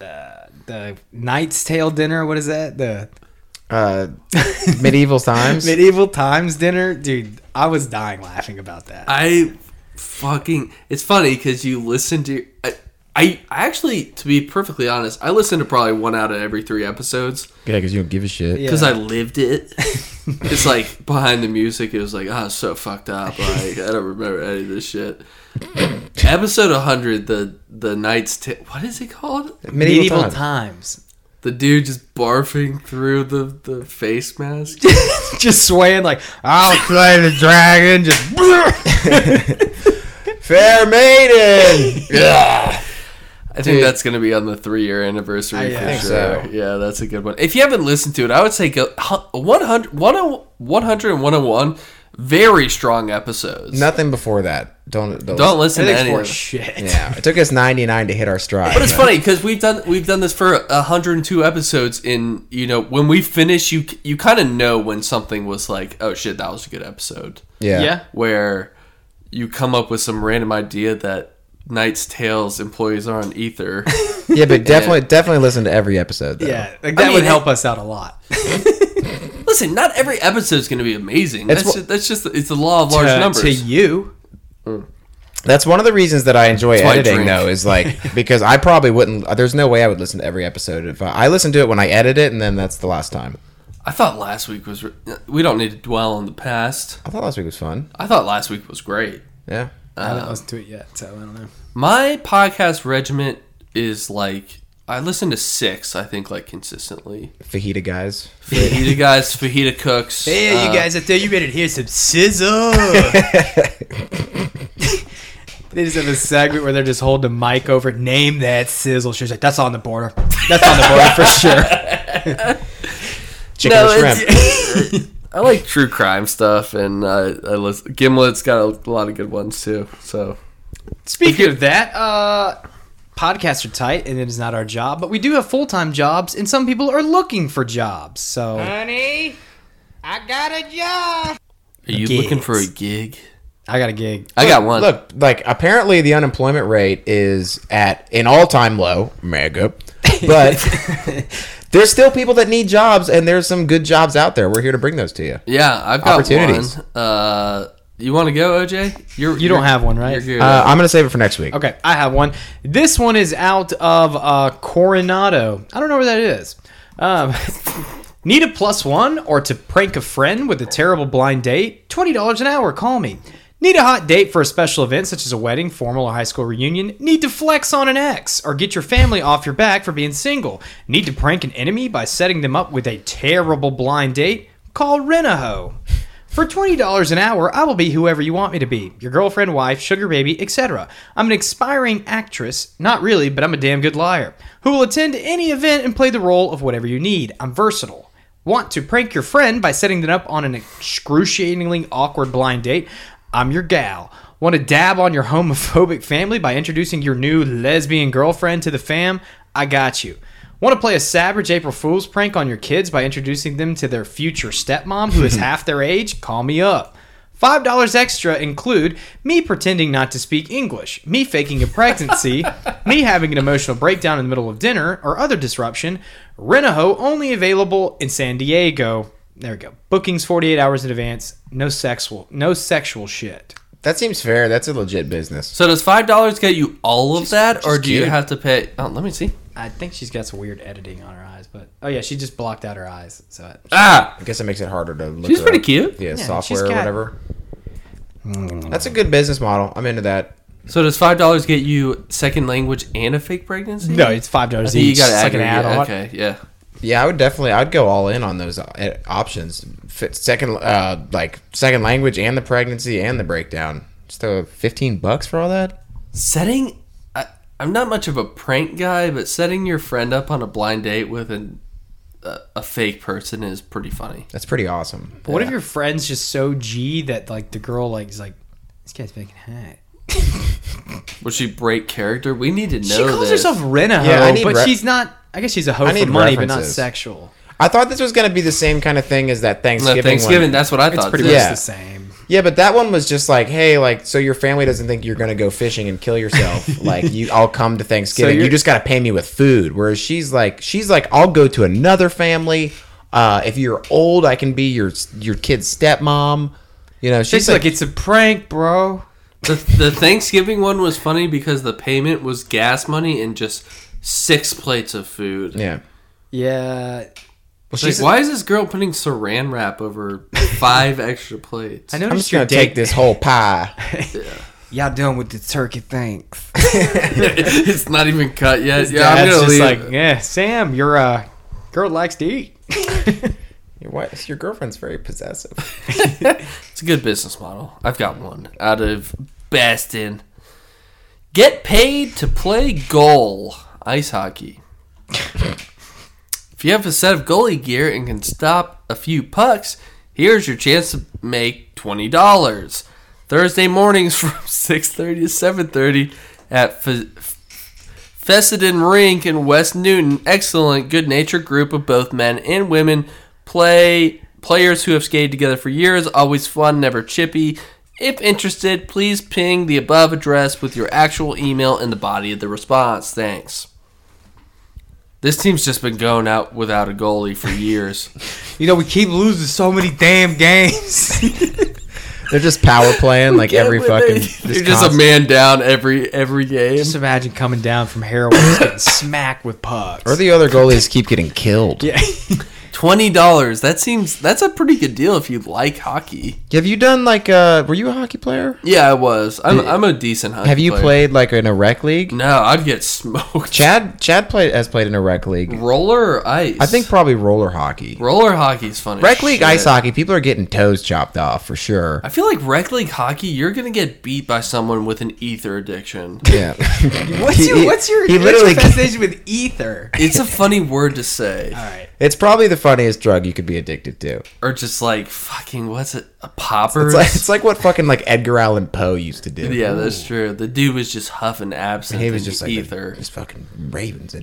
Speaker 3: uh, the Knight's Tale dinner. What is that? The
Speaker 1: Uh,
Speaker 2: <laughs>
Speaker 1: medieval times.
Speaker 3: medieval times dinner, dude. I was dying laughing about that.
Speaker 2: I fucking. It's funny because you listen to. I, I I actually, to be perfectly honest, I listen to probably one out of every three episodes
Speaker 1: yeah, because you don't give a shit.
Speaker 3: Yeah.
Speaker 2: because I lived <laughs> it. it's like behind the music, it was like, ah, it's so fucked up. Like I don't remember any of this shit. Episode 100, the the night's ta- what is it called?
Speaker 1: Medieval, times.
Speaker 3: times.
Speaker 2: The dude just barfing through the the face mask.
Speaker 3: <laughs> Just swaying like,
Speaker 1: I'll slay the dragon. Just
Speaker 3: <laughs>
Speaker 1: fair maiden.
Speaker 2: <laughs> I think that's going to be on the three year anniversary
Speaker 3: I
Speaker 2: for
Speaker 3: think
Speaker 2: sure.
Speaker 1: so.
Speaker 2: Yeah, that's a good one. If you haven't listened to it, I would say go hu- 100, 100, 100 oh, and 101, very strong episodes.
Speaker 1: Nothing before that. Don't don't.
Speaker 2: Don't listen to
Speaker 3: Everything's
Speaker 2: any
Speaker 3: for
Speaker 2: of them.
Speaker 3: shit.
Speaker 1: Yeah, it took us 99 to hit our stride.
Speaker 2: But it's funny because we've done we've done this for 102 episodes. In you know when we finish, you you kind of know when something was like, oh shit, that was a good episode.
Speaker 1: Yeah.
Speaker 3: Yeah.
Speaker 2: where you come up with some random idea that Knight's Tales employees are on
Speaker 1: <laughs>
Speaker 2: ether.
Speaker 1: Yeah,
Speaker 2: <laughs>
Speaker 1: but definitely definitely listen to every episode though.
Speaker 3: Yeah, like that
Speaker 2: mean,
Speaker 3: would
Speaker 2: it-
Speaker 3: help us out a lot.
Speaker 2: Listen, not every episode is going to be amazing.
Speaker 1: It's
Speaker 2: That's
Speaker 1: wha-
Speaker 2: just, that's just it's the law of large
Speaker 3: to,
Speaker 2: numbers.
Speaker 3: to you,
Speaker 1: That's one of the reasons that I enjoy
Speaker 2: why I
Speaker 1: editing
Speaker 2: drink.
Speaker 1: though is
Speaker 2: <laughs>
Speaker 1: like because I probably wouldn't uh, there's no way I would listen to every episode if I, I listen to it when I edit it and then that's the last time.
Speaker 2: I thought last week was. Re- we don't need to dwell on the past.
Speaker 1: I thought last week was fun.
Speaker 2: I thought last week was great.
Speaker 1: Yeah.
Speaker 3: I haven't listened to it yet, so I don't know.
Speaker 2: My podcast regiment is like I listen to six. I think like consistently.
Speaker 1: Fajita guys. <laughs>
Speaker 2: Fajita guys, fajita cooks. uh,
Speaker 3: out there, you better hear some sizzle. <laughs> they just have a segment where they're just holding a mic over. Name that sizzle. She's like, that's on the border. That's on the border <laughs> for sure.
Speaker 1: Chicken
Speaker 2: No,
Speaker 1: or shrimp.
Speaker 2: <laughs> it's, I like true crime stuff, and I, I listen. Gimlet's got a lot of good ones too. So
Speaker 3: Speaking of that, uh, podcasts are tight, and it is not our job, but we do have full time jobs, and some people are looking for jobs. So
Speaker 2: are you
Speaker 3: Gigs.
Speaker 2: looking for a gig?
Speaker 3: I got a gig.
Speaker 2: I got one.
Speaker 1: Look, like apparently the unemployment rate is at an all-time low,
Speaker 2: <laughs>
Speaker 1: mega. But there's still people that need jobs and there's some good jobs out there. We're here to bring those to you.
Speaker 2: Yeah, I've got
Speaker 1: Opportunities.
Speaker 2: one. Uh, you want to go, OJ? You're,
Speaker 3: You don't have one, right?
Speaker 2: You're good.
Speaker 1: Uh, I'm going to save it for next week.
Speaker 3: Okay, I have one. This one is out of uh, Coronado. I don't know where that is. Um, <laughs> need a plus one or to prank a friend with a terrible blind date? $20 an hour, call me. Need a hot date for a special event such as a wedding, formal, or high school reunion? Need to flex on an ex or get your family off your back for being single? Need to prank an enemy by setting them up with a terrible blind date? Call Renaho. For $20 an hour, I will be whoever you want me to be your girlfriend, wife, sugar baby, etc. I'm an expiring actress, not really, but I'm a damn good liar, who will attend any event and play the role of whatever you need. I'm versatile. Want to prank your friend by setting them up on an excruciatingly awkward blind date? I'm your gal. Want to dab on your homophobic family by introducing your new lesbian girlfriend to the fam? I got you. Want to play a savage April Fool's prank on your kids by introducing them to their future stepmom who is half their age? Call me up. $5 extra include me pretending not to speak English, me faking a pregnancy, me having an emotional breakdown in the middle of dinner or other disruption. Renaho only available in San Diego. There we go. Bookings 48 hours in advance. No sexual no sexual shit.
Speaker 1: That seems fair. That's a legit business.
Speaker 2: so does five dollars get you all of that, or
Speaker 1: she's
Speaker 2: do you
Speaker 1: cute.
Speaker 2: have to pay? Oh, let me see.
Speaker 3: I think she's got some weird editing on her eyes, but oh yeah, she just blocked out her eyes. So
Speaker 2: Ah,
Speaker 1: I guess it makes it harder to look.
Speaker 2: she's
Speaker 1: her
Speaker 2: pretty
Speaker 1: up.
Speaker 2: cute.
Speaker 1: Yeah,
Speaker 3: she's
Speaker 1: software or
Speaker 3: got- Hmm.
Speaker 1: whatever. That's a good business model. I'm into that.
Speaker 2: So does five dollars get you second language and a fake pregnancy?
Speaker 3: no, it's five dollars
Speaker 2: So you
Speaker 3: each.
Speaker 2: got to
Speaker 3: It's like an add-on.
Speaker 2: Okay, yeah.
Speaker 1: Yeah, I would definitely. I'd go all in on those uh, options. Fit second, uh, like second language and the pregnancy and the breakdown. Just throw 15 bucks for all that.
Speaker 2: setting I, i'm not much of a prank guy but setting your friend up on a blind date with an, a, a fake person is pretty funny
Speaker 1: That's pretty awesome.
Speaker 3: But What if your friend's just so G that like the girl like is like, this guy's making hat.
Speaker 2: would she break character we need to know
Speaker 3: She calls
Speaker 2: this.
Speaker 3: herself Renaho,
Speaker 1: Yeah, I need
Speaker 3: but
Speaker 1: re-
Speaker 3: she's not. I guess she's a hoe
Speaker 1: I
Speaker 3: for
Speaker 1: need
Speaker 3: money, but not
Speaker 1: references.
Speaker 3: sexual.
Speaker 1: I thought this was gonna be the same kind of thing as that
Speaker 2: No,
Speaker 1: Thanksgiving.
Speaker 2: thanksgiving
Speaker 1: One.
Speaker 2: that's what i
Speaker 3: It's
Speaker 2: thought
Speaker 3: pretty
Speaker 2: too.
Speaker 1: Yeah.
Speaker 3: much the same.
Speaker 1: Yeah, but that one was just like, hey, like, so your family doesn't think you're gonna go fishing and kill <laughs> yourself. like, you, I'll come to Thanksgiving.
Speaker 3: you're-
Speaker 1: you just gotta pay me with food. Whereas she's like, she's like, I'll go to another family. Uh, if you're old, I can be your your kid's stepmom. You know, she's
Speaker 3: She's
Speaker 1: like,
Speaker 3: like, it's a prank, bro.
Speaker 2: The, the Thanksgiving one was funny because the payment was gas money and just six plates of food.
Speaker 1: yeah.
Speaker 3: Yeah,
Speaker 1: Well,
Speaker 2: Like,
Speaker 1: she's.
Speaker 2: why is this girl putting saran wrap over five <laughs> extra plates?
Speaker 3: I noticed
Speaker 1: I'm just
Speaker 3: your
Speaker 1: gonna take
Speaker 3: date-
Speaker 1: this whole <laughs> pie.
Speaker 3: Y'all done with the turkey? <laughs> Thanks.
Speaker 2: <laughs> it's not even cut yet. yeah, I'm
Speaker 3: Dad's
Speaker 2: gonna
Speaker 3: just
Speaker 2: leave.
Speaker 3: like, yeah, Sam, your uh, girl likes to eat.
Speaker 1: Your wife, your girlfriend's very possessive.
Speaker 2: It's a good business model. I've got one out of Baston. Get paid to play goal ice hockey. if you have a set of goalie gear and can stop a few pucks, here's your chance to make twenty dollars. Thursday mornings <laughs> from six thirty to seven thirty at Fe- Fessenden Rink in West Newton. Excellent, good-natured group of both men and women. Play players who have skated together for years. Always fun, never chippy. If interested, please ping the above address with your actual email in the body of the response. Thanks. This team's just been going out without a goalie
Speaker 1: <laughs>
Speaker 2: for years.
Speaker 3: You know, we keep losing so many damn games. <laughs>
Speaker 1: They're just power <laughs> playing like every fucking.
Speaker 2: You're just a
Speaker 1: constant-
Speaker 2: man down every every game.
Speaker 3: Just imagine coming down from heroin, just getting smacked with pucks.
Speaker 1: Or the other goalies keep getting killed. <laughs>
Speaker 3: yeah. <laughs>
Speaker 2: Twenty dollars. That seems that's a pretty good deal if you like hockey.
Speaker 1: Have you done like? Uh, were you a hockey player?
Speaker 2: Yeah, I was. I'm, I'm a decent hockey.
Speaker 1: Have you
Speaker 2: player.
Speaker 1: played like in a rec league?
Speaker 2: No, I'd get <laughs> smoked.
Speaker 1: Chad Chad played has played in a rec league.
Speaker 2: roller or ice?
Speaker 1: I think probably roller hockey.
Speaker 2: roller hockey's funny.
Speaker 1: Rec league
Speaker 2: Mm. shit.
Speaker 1: ice hockey, people are getting toes chopped off for sure.
Speaker 2: I feel like rec league hockey, you're gonna get beat by someone with an
Speaker 1: <laughs>
Speaker 2: ether addiction.
Speaker 1: <laughs>
Speaker 2: <laughs>
Speaker 1: Yeah.
Speaker 3: What's your
Speaker 1: He-
Speaker 3: what's your,
Speaker 1: he
Speaker 3: what's your
Speaker 1: literally-
Speaker 3: fascination with ether?
Speaker 2: It's a funny word to say,
Speaker 3: All right.
Speaker 1: <laughs> it's probably the funniest drug you could be addicted to.
Speaker 2: or just like fucking what's it? A popper?
Speaker 1: It's like, it's like what fucking like Edgar Allan Poe used to do.
Speaker 2: yeah, that's true. The dude was just huffing absinthe.
Speaker 1: He was
Speaker 2: and
Speaker 1: just like
Speaker 2: ether.
Speaker 1: just fucking ravens.
Speaker 2: <laughs>
Speaker 1: In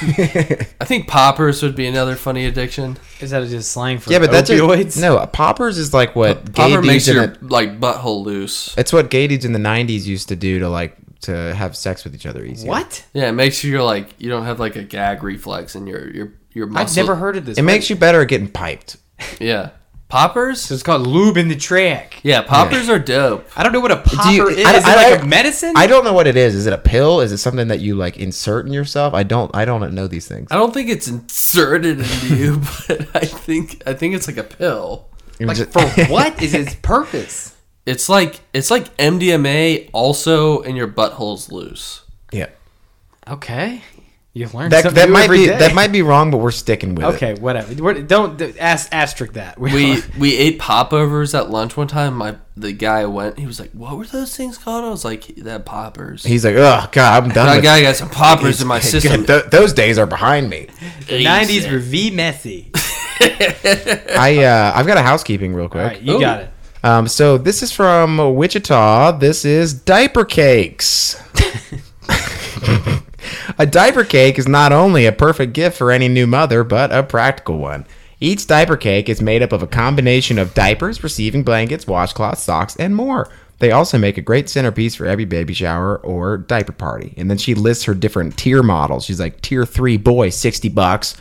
Speaker 2: I think poppers would be another funny addiction.
Speaker 3: Is that just slang for
Speaker 1: yeah, but that's
Speaker 3: opioids?
Speaker 1: a, no poppers is like what gay
Speaker 2: Popper
Speaker 1: dudes
Speaker 2: makes
Speaker 1: in
Speaker 2: your
Speaker 1: the,
Speaker 2: like butthole loose.
Speaker 1: it's what gay dudes in the '90s used to do to like to have sex with each other easier.
Speaker 3: What?
Speaker 2: Yeah, it makes you like you don't have like a gag reflex in your your your muscle.
Speaker 3: I've never heard of this.
Speaker 1: It makes you better at getting piped.
Speaker 2: Yeah, poppers.
Speaker 3: So it's called lube in the track.
Speaker 2: Yeah, poppers are dope.
Speaker 3: I don't know what a popper
Speaker 1: you-
Speaker 3: is.
Speaker 1: I-
Speaker 3: is
Speaker 1: I-
Speaker 3: it like
Speaker 1: I-
Speaker 3: a medicine?
Speaker 1: I don't know what it is. Is it a pill? Is it something that you like insert in yourself? I don't. I don't know these things.
Speaker 2: I don't think it's inserted into you, <laughs> but I think I think it's like a pill.
Speaker 3: like
Speaker 1: <laughs>
Speaker 3: for what is its purpose?
Speaker 2: It's like it's like MDMA also in your butthole's loose.
Speaker 3: <laughs>
Speaker 1: yeah.
Speaker 3: Okay. You've learned
Speaker 1: That,
Speaker 3: something
Speaker 1: that
Speaker 3: new
Speaker 1: might
Speaker 3: every
Speaker 1: be
Speaker 3: day.
Speaker 1: that might be wrong, but we're sticking with it.
Speaker 3: Okay, whatever. We're, don't d- ask asterisk that.
Speaker 2: We we ate popovers at lunch one time. My the guy went. He was like, "What were those things called?" I was like, "That poppers."
Speaker 1: He's like, oh god, I'm done.
Speaker 2: I
Speaker 1: with <laughs>
Speaker 2: got, I got some poppers in my
Speaker 1: God,
Speaker 2: system.
Speaker 1: th- those days are behind me.
Speaker 3: the nineties were V messy.
Speaker 1: I uh, I've got a housekeeping real quick.
Speaker 3: All right, you
Speaker 2: Ooh.
Speaker 3: got it.
Speaker 1: Um, so this is from Wichita. This is diaper cakes. a diaper cake is not only a perfect gift for any new mother, but a practical one. Each diaper cake is made up of a combination of diapers, receiving blankets, washcloths, socks, and more. They also make a great centerpiece for every baby shower or diaper party. And then she lists her different tier models. She's like tier three boy, sixty bucks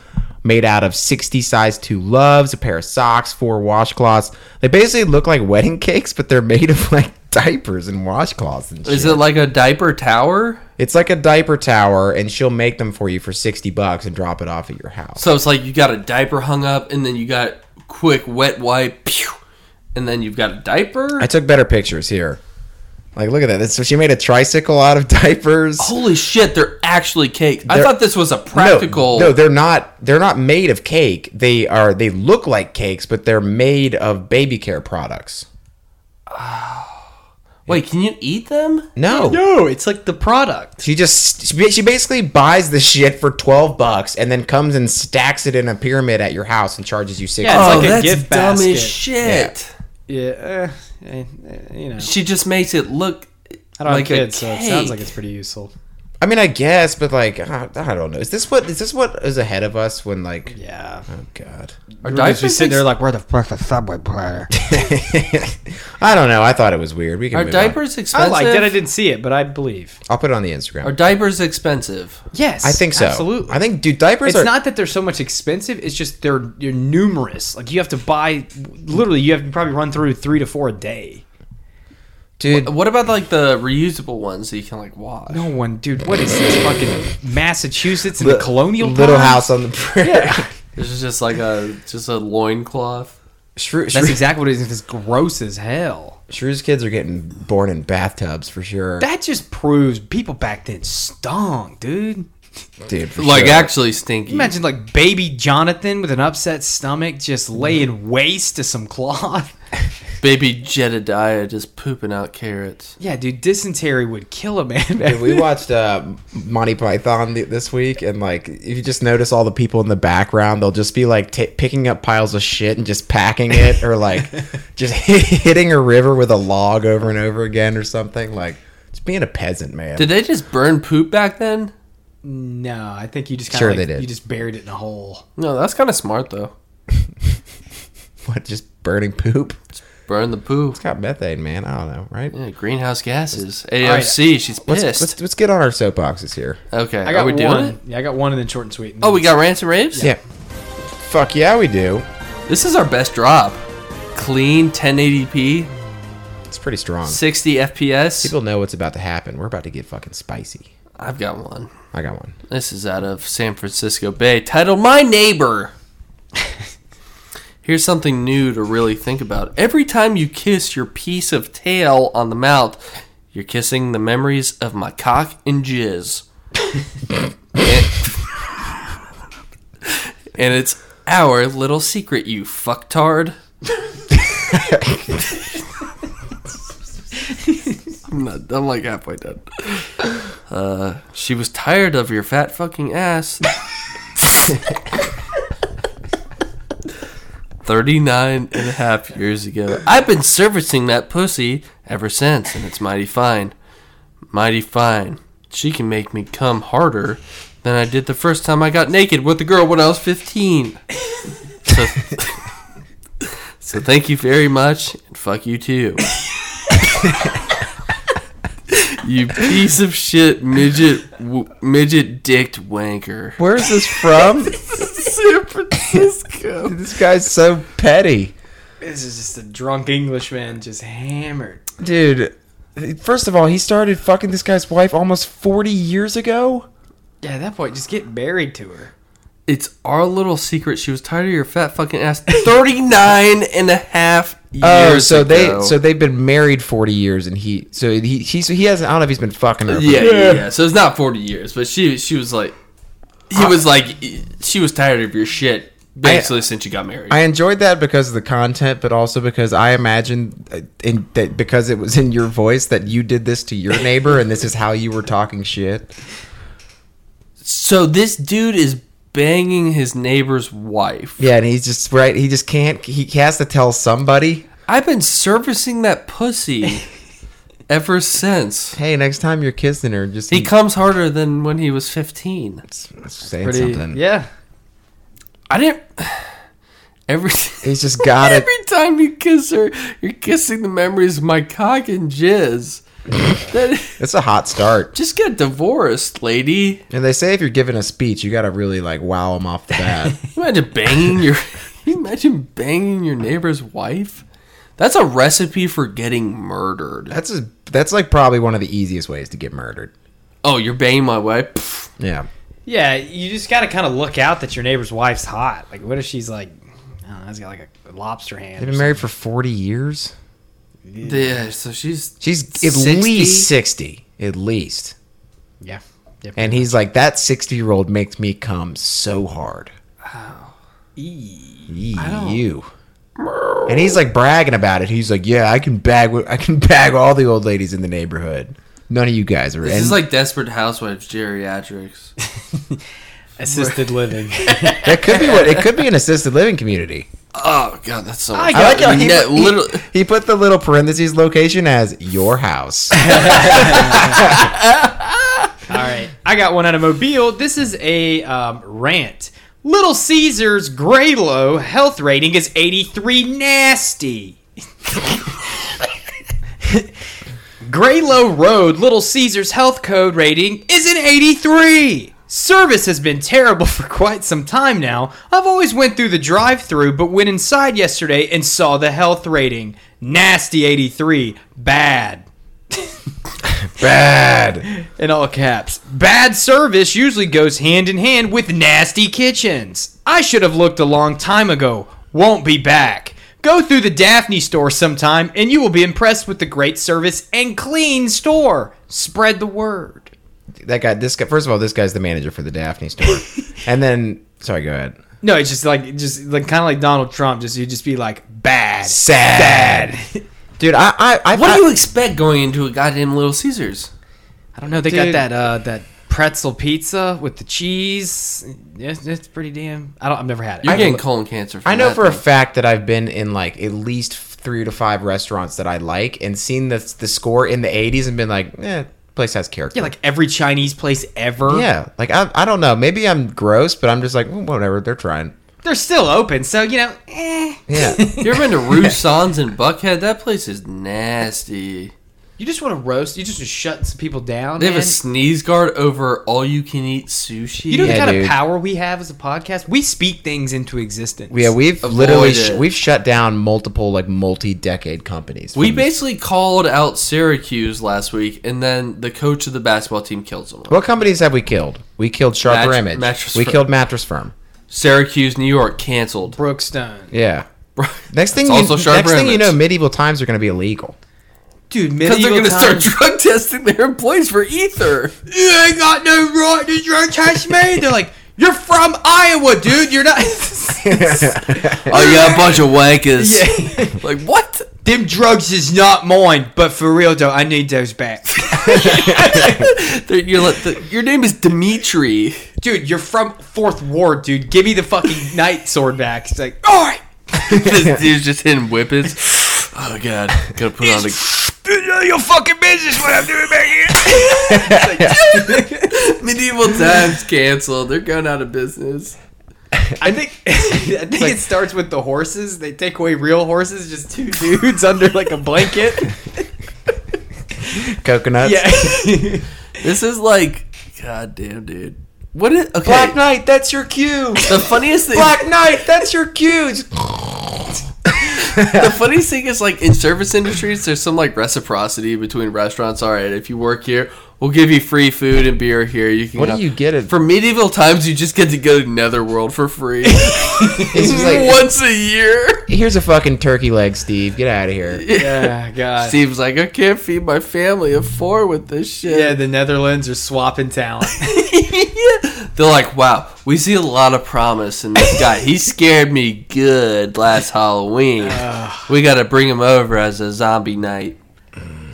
Speaker 1: made out of 60 size 2 loves, a pair of socks, four washcloths. They basically look like wedding <laughs> cakes, but they're made of like diapers and washcloths and shit.
Speaker 2: Is it like a diaper tower?
Speaker 1: it's like a diaper tower and she'll make them for you for 60 bucks and drop it off at your house.
Speaker 2: So it's like you got a diaper hung up, and then you got quick wet wipe, pew, and then you've got a diaper.
Speaker 1: I took better pictures here. Like look at that. So she made a tricycle out of <laughs> diapers.
Speaker 3: Oh,
Speaker 2: Holy shit, they're actually cake. I
Speaker 1: They're-
Speaker 2: thought this was a practical.
Speaker 1: No, no, they're not. They're not made of cake. They are. They look like cakes, but they're made of baby care products.
Speaker 2: Wait, can you eat them?
Speaker 1: No,
Speaker 3: No, it's like the product.
Speaker 1: She just she ba- she basically buys the shit for twelve bucks and then comes and stacks it in a pyramid at your house and charges you six.
Speaker 3: Yeah, it's
Speaker 1: bucks.
Speaker 3: like a gift
Speaker 2: Oh, dumb
Speaker 3: basket.
Speaker 2: as shit.
Speaker 3: Yeah, uh, eh, eh, you know,
Speaker 2: She just makes it look
Speaker 3: I don't
Speaker 2: like
Speaker 3: have
Speaker 2: a
Speaker 3: kids, so it sounds
Speaker 2: cake.
Speaker 3: like it's pretty useful.
Speaker 1: I mean, I guess, but like, I, I don't know. Is this what is this what is ahead of us when like?
Speaker 3: Yeah.
Speaker 1: Oh God.
Speaker 2: Are
Speaker 3: We're just
Speaker 2: diapers
Speaker 3: be sitting there
Speaker 2: ex-
Speaker 3: like, where the fuck's the subway player?
Speaker 1: <laughs> I don't know. I thought it was weird. We can.
Speaker 2: are
Speaker 1: move on.
Speaker 2: diapers
Speaker 3: I
Speaker 2: expensive?
Speaker 3: liked it. I didn't see it, but I believe.
Speaker 1: I'll put it on the Instagram.
Speaker 2: Are diapers expensive?
Speaker 3: Yes.
Speaker 1: I think so.
Speaker 3: Absolutely.
Speaker 1: I think dude, diapers
Speaker 3: it's
Speaker 1: are
Speaker 3: not that they're so much expensive. It's just they're you're numerous. Like you have to buy, literally, you have to probably run through three to four a day.
Speaker 1: dude.
Speaker 2: What about like the reusable ones that you can like wash?
Speaker 3: No one, dude. What is this fucking Massachusetts and
Speaker 1: li-
Speaker 3: the colonial
Speaker 1: little
Speaker 3: times?
Speaker 1: house on the prairie.
Speaker 2: This is just like a just a loincloth.
Speaker 1: <laughs> Shrew,
Speaker 3: That's
Speaker 1: Shrew-
Speaker 3: exactly what it is. It's gross as hell.
Speaker 1: Shrew's kids are getting born in bathtubs for sure,
Speaker 3: That just proves people back then stunk, dude.
Speaker 1: dude. For
Speaker 2: Like
Speaker 1: sure.
Speaker 2: actually stinky.
Speaker 3: Imagine like baby Jonathan with an upset stomach just laying waste to some cloth. <laughs>
Speaker 2: Baby Jedediah just pooping out carrots.
Speaker 3: Yeah, dude, dysentery would kill a man.
Speaker 1: Dude, we watched uh, Monty Python th- this week, and like, if you just notice all the people in the background, they'll just be like ta picking up piles of shit and just packing it, or
Speaker 3: <laughs>
Speaker 1: like just <laughs> hitting a river with a log over and over again, or something. Like, just being a peasant, man.
Speaker 2: Did they just burn poop back then?
Speaker 3: no, I think you just kind of
Speaker 1: Sure
Speaker 3: like,
Speaker 1: they did.
Speaker 3: you just buried it in a hole.
Speaker 2: No, that's kind of smart though.
Speaker 1: <laughs> what, just burning poop? It's
Speaker 2: Burn the poop.
Speaker 1: got methane, man. I don't know, right?
Speaker 2: Yeah, greenhouse gases. AOC. She's
Speaker 1: Let's,
Speaker 2: pissed.
Speaker 1: let's let's get on our soapboxes here.
Speaker 2: okay,
Speaker 3: I got
Speaker 2: are we
Speaker 3: one.
Speaker 2: doing it?
Speaker 3: Yeah, I got one and then short and sweet.
Speaker 2: Oh, we got rants and raves.
Speaker 1: Yeah. Fuck yeah, we do.
Speaker 2: This is our best drop. Clean 1080p,
Speaker 1: It's pretty strong.
Speaker 2: 60 FPS.
Speaker 1: People know what's about to happen. We're about to get fucking spicy.
Speaker 2: I've got one.
Speaker 1: I got one.
Speaker 2: This is out of San Francisco Bay, titled My Neighbor. Here's something new to really think about. Every time you kiss your piece of tail on the mouth, you're kissing the memories of my cock and jizz. and it's our little secret, you fucktard. I'm, not, I'm like halfway done. She was tired of your fat fucking ass. 39 and a half years ago. I've been servicing that pussy ever since, and it's mighty fine. Mighty fine. She can make me come harder than I did the first time I got naked with a girl when I was 15. So, <laughs> so thank you very much, and fuck you too. You piece of shit midget w- midget dicked wanker.
Speaker 1: Where is this
Speaker 2: <laughs>
Speaker 1: from?
Speaker 2: San
Speaker 1: <laughs>
Speaker 2: Francisco.
Speaker 1: this guy's so petty.
Speaker 3: This is just a drunk Englishman just hammered.
Speaker 1: Dude, first of all, he started fucking this guy's wife almost 40 years ago?
Speaker 3: Yeah, at that point, just get married to her.
Speaker 2: It's our little secret. She was tired of your fat fucking ass 39 and a half years
Speaker 1: Oh, so
Speaker 2: ago.
Speaker 1: they so they've been married 40 years and he so he he so he hasn't I don't know if he's been fucking her. for-
Speaker 2: yeah, yeah, yeah. So it's not 40 years, but she she was like he was like she was tired of your shit basically since you got married.
Speaker 1: I enjoyed that because of the content, but also because I imagine uh, in, that because it was in your voice that you did this to your neighbor and this is how you were talking shit.
Speaker 2: so this dude is banging his neighbor's wife.
Speaker 1: Yeah, and he's just right. He just can't. He has to tell somebody.
Speaker 2: I've been servicing
Speaker 1: <laughs>
Speaker 2: that pussy ever since.
Speaker 1: Hey, next time you're kissing her, just
Speaker 2: He comes harder than when he was 15.
Speaker 1: saying
Speaker 3: Pretty,
Speaker 1: something.
Speaker 3: yeah.
Speaker 2: I didn't. <sighs> Every
Speaker 1: He's just got <laughs> it.
Speaker 2: every time you kiss her, you're kissing the memories of my cock and jizz. That- <laughs>
Speaker 1: It's a hot start.
Speaker 2: just get divorced, lady.
Speaker 1: And they say if you're giving a speech, you got to really like wow them off the <laughs> bat.
Speaker 2: Imagine banging your. <laughs> can you imagine banging your neighbor's wife. That's a recipe for getting murdered.
Speaker 1: that's a, that's like probably one of the easiest ways to get murdered.
Speaker 2: Oh, you're banging my wife. Pfft.
Speaker 1: Yeah.
Speaker 3: Yeah, you just got to kind of look out that your neighbor's wife's hot. Like, what if she's like, I don't know, has got like a lobster hand?
Speaker 1: They've
Speaker 3: or
Speaker 1: been married for 40 years.
Speaker 2: Yeah, so she's
Speaker 1: She's at
Speaker 2: 60?
Speaker 1: least 60. At least.
Speaker 3: something? Yeah. yeah.
Speaker 1: And he's like, that 60 year old makes me come so hard. You. And he's like bragging about it. He's like, yeah, I can bag, wi- I can <laughs> bag all the old ladies in the neighborhood. None of you guys are.
Speaker 2: this
Speaker 1: and
Speaker 2: is like desperate housewives geriatrics.
Speaker 3: Assisted living.
Speaker 1: that could be what it could
Speaker 2: <laughs>
Speaker 1: be an assisted living community.
Speaker 2: Oh god, that's so.
Speaker 3: I
Speaker 1: I like how he,
Speaker 2: Yeah,
Speaker 1: put- he,
Speaker 2: literally.
Speaker 1: he put the little
Speaker 2: <laughs>
Speaker 1: parentheses location as your house.
Speaker 3: All right. <laughs> I got one out of Mobile. This is a um, rant. Little Caesar's Graylow health rating is 83 nasty. <laughs> Graylow Road Little Caesar's health code rating is an 83. Service has been terrible <laughs> for quite some time now. I've always went through the drive-through, but went inside yesterday and saw the health rating. Nasty 83. Bad
Speaker 1: Bad.
Speaker 3: in all caps. Bad service usually goes hand in hand with nasty kitchens. I should have looked a long time ago. Won't be back. Go through the Daphne store sometime and you will be impressed with the great service and clean store. Spread the word.
Speaker 1: That guy. This guy. First of all, this guy's the manager for the Daphne store, and then sorry, go ahead.
Speaker 3: No, it's just like just like kind of like Donald Trump just you just be like bad.
Speaker 1: Sad. Dude, I, I, I
Speaker 2: What do you expect going into a goddamn Little Caesars?
Speaker 3: I don't know, they
Speaker 1: Dude.
Speaker 3: got that uh that pretzel pizza with the cheese. It's, it's pretty damn I don't I've never had it.
Speaker 2: You're
Speaker 3: I-
Speaker 2: getting colon cancer. From
Speaker 1: I know
Speaker 2: that
Speaker 1: for a
Speaker 2: thing.
Speaker 1: fact that I've been in like at least three to five restaurants that I like and seen the the score in the 80s and been like, eh, place has character.
Speaker 3: yeah, like every Chinese place ever.
Speaker 1: yeah, like I, I don't know. Maybe I'm gross, but I'm just like "Mm, whatever. They're trying.
Speaker 3: They're still open, so you know, eh.
Speaker 2: <laughs>
Speaker 1: Yeah,
Speaker 2: You ever been to Rue Sans in Buckhead? That place is nasty.
Speaker 3: <laughs> You just want to roast. You just want to shut some people down.
Speaker 2: They have a
Speaker 3: man.
Speaker 2: sneeze guard over all you can eat sushi.
Speaker 3: you know
Speaker 1: Yeah,
Speaker 3: the kind
Speaker 1: dude.
Speaker 3: of power we have as a podcast. We speak things into existence.
Speaker 1: yeah. We've
Speaker 2: Avoid
Speaker 1: literally sh-
Speaker 2: it.
Speaker 1: we've shut down multiple like multi decade companies.
Speaker 2: we
Speaker 1: from this-
Speaker 2: basically called out Syracuse last week, and then the coach of the basketball team kills them.
Speaker 1: what companies have we killed? We killed Sharper
Speaker 2: Mattress-
Speaker 1: Image.
Speaker 2: Mattress
Speaker 1: we
Speaker 2: Firm.
Speaker 1: killed Mattress Firm.
Speaker 2: Syracuse, New York, canceled. <laughs>
Speaker 3: Brookstone,
Speaker 1: Yeah. Next thing,
Speaker 2: That's
Speaker 1: you,
Speaker 2: also Sharper
Speaker 1: next thing you
Speaker 2: Image.
Speaker 1: know, medieval times are going to be illegal.
Speaker 3: dude.
Speaker 2: because they're going to
Speaker 3: Medieval
Speaker 2: start
Speaker 3: times.
Speaker 2: drug testing their employees for ether.
Speaker 3: You ain't got no right to drug test me. They're like, you're from Iowa, dude.
Speaker 2: <laughs>
Speaker 3: You're not. <laughs>
Speaker 2: oh yeah, a bunch of wankers.
Speaker 3: yeah.
Speaker 2: Like <laughs> what?
Speaker 3: Them drugs is not mine. But for real though, I need those back, <laughs>
Speaker 2: They're- you're like, the, your name is Dimitri.
Speaker 3: dude. You're from Fourth Ward, dude. Give me the fucking knight sword back. It's like, all right.
Speaker 2: this dude's just hitting whippets. Oh god, gotta put on a
Speaker 3: Your fucking business what I'm doing back here.
Speaker 2: <laughs> medieval times canceled. They're going out of business.
Speaker 3: <laughs> I think I think it starts with the horses. They take away real horses, just two dudes <laughs> under like a blanket.
Speaker 1: Coconuts.
Speaker 3: Yeah.
Speaker 2: This is like, goddamn, dude. What is okay?
Speaker 1: Black Knight, that's your cue.
Speaker 2: the funniest thing.
Speaker 1: Black Knight, that's your cue.
Speaker 2: the funniest thing is like in service industries there's some like reciprocity between restaurants all right if you work here we'll give you free food and beer here you can
Speaker 1: What
Speaker 2: have-
Speaker 1: do you get it
Speaker 2: for medieval times you just get to go to netherworld for
Speaker 3: <laughs>
Speaker 2: free
Speaker 1: It's just like-
Speaker 2: once a year
Speaker 1: Here's a fucking turkey leg, Steve. Get out of here.
Speaker 3: yeah, God.
Speaker 2: steve's like i can't feed my family of four with this shit
Speaker 3: yeah, the Netherlands are swapping talent.
Speaker 2: <laughs> They're like, wow, we see a lot of promise in this guy. He scared me good last Halloween. we got to bring him over as a zombie night.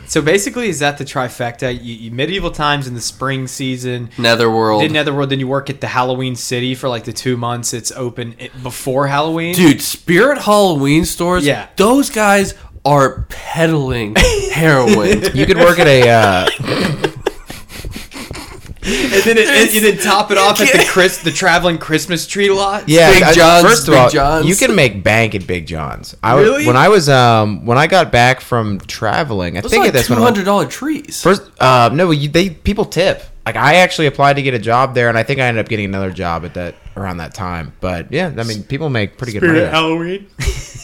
Speaker 3: so basically, is that the trifecta? You, you medieval times in the spring season.
Speaker 2: Netherworld.
Speaker 3: Then Netherworld, then you work at the Halloween City for like the two months it's open it, before Halloween.
Speaker 2: Dude, Spirit Halloween stores,
Speaker 3: Yeah.
Speaker 2: those guys are
Speaker 3: <laughs>
Speaker 2: peddling heroin.
Speaker 1: You could work at a.
Speaker 2: <laughs>
Speaker 1: Uh,
Speaker 3: and then it, it, you then top it off at the Chris, the traveling Christmas tree lot.
Speaker 1: yeah,
Speaker 2: Big
Speaker 1: I-
Speaker 2: John's,
Speaker 1: first of
Speaker 2: Big
Speaker 1: all,
Speaker 2: John's.
Speaker 1: you can make bank at Big John's. I was-
Speaker 3: Really?
Speaker 1: When I was um when I got back from traveling, I
Speaker 2: Those
Speaker 1: think
Speaker 2: are
Speaker 1: at
Speaker 2: like
Speaker 1: this
Speaker 2: two
Speaker 1: one I went-
Speaker 2: hundred dollar trees.
Speaker 1: first uh no you, they people tip. Like I actually applied to get a job there, and I think I ended up getting another job at that around that time. But yeah, I mean people make pretty good money. there.
Speaker 3: Halloween.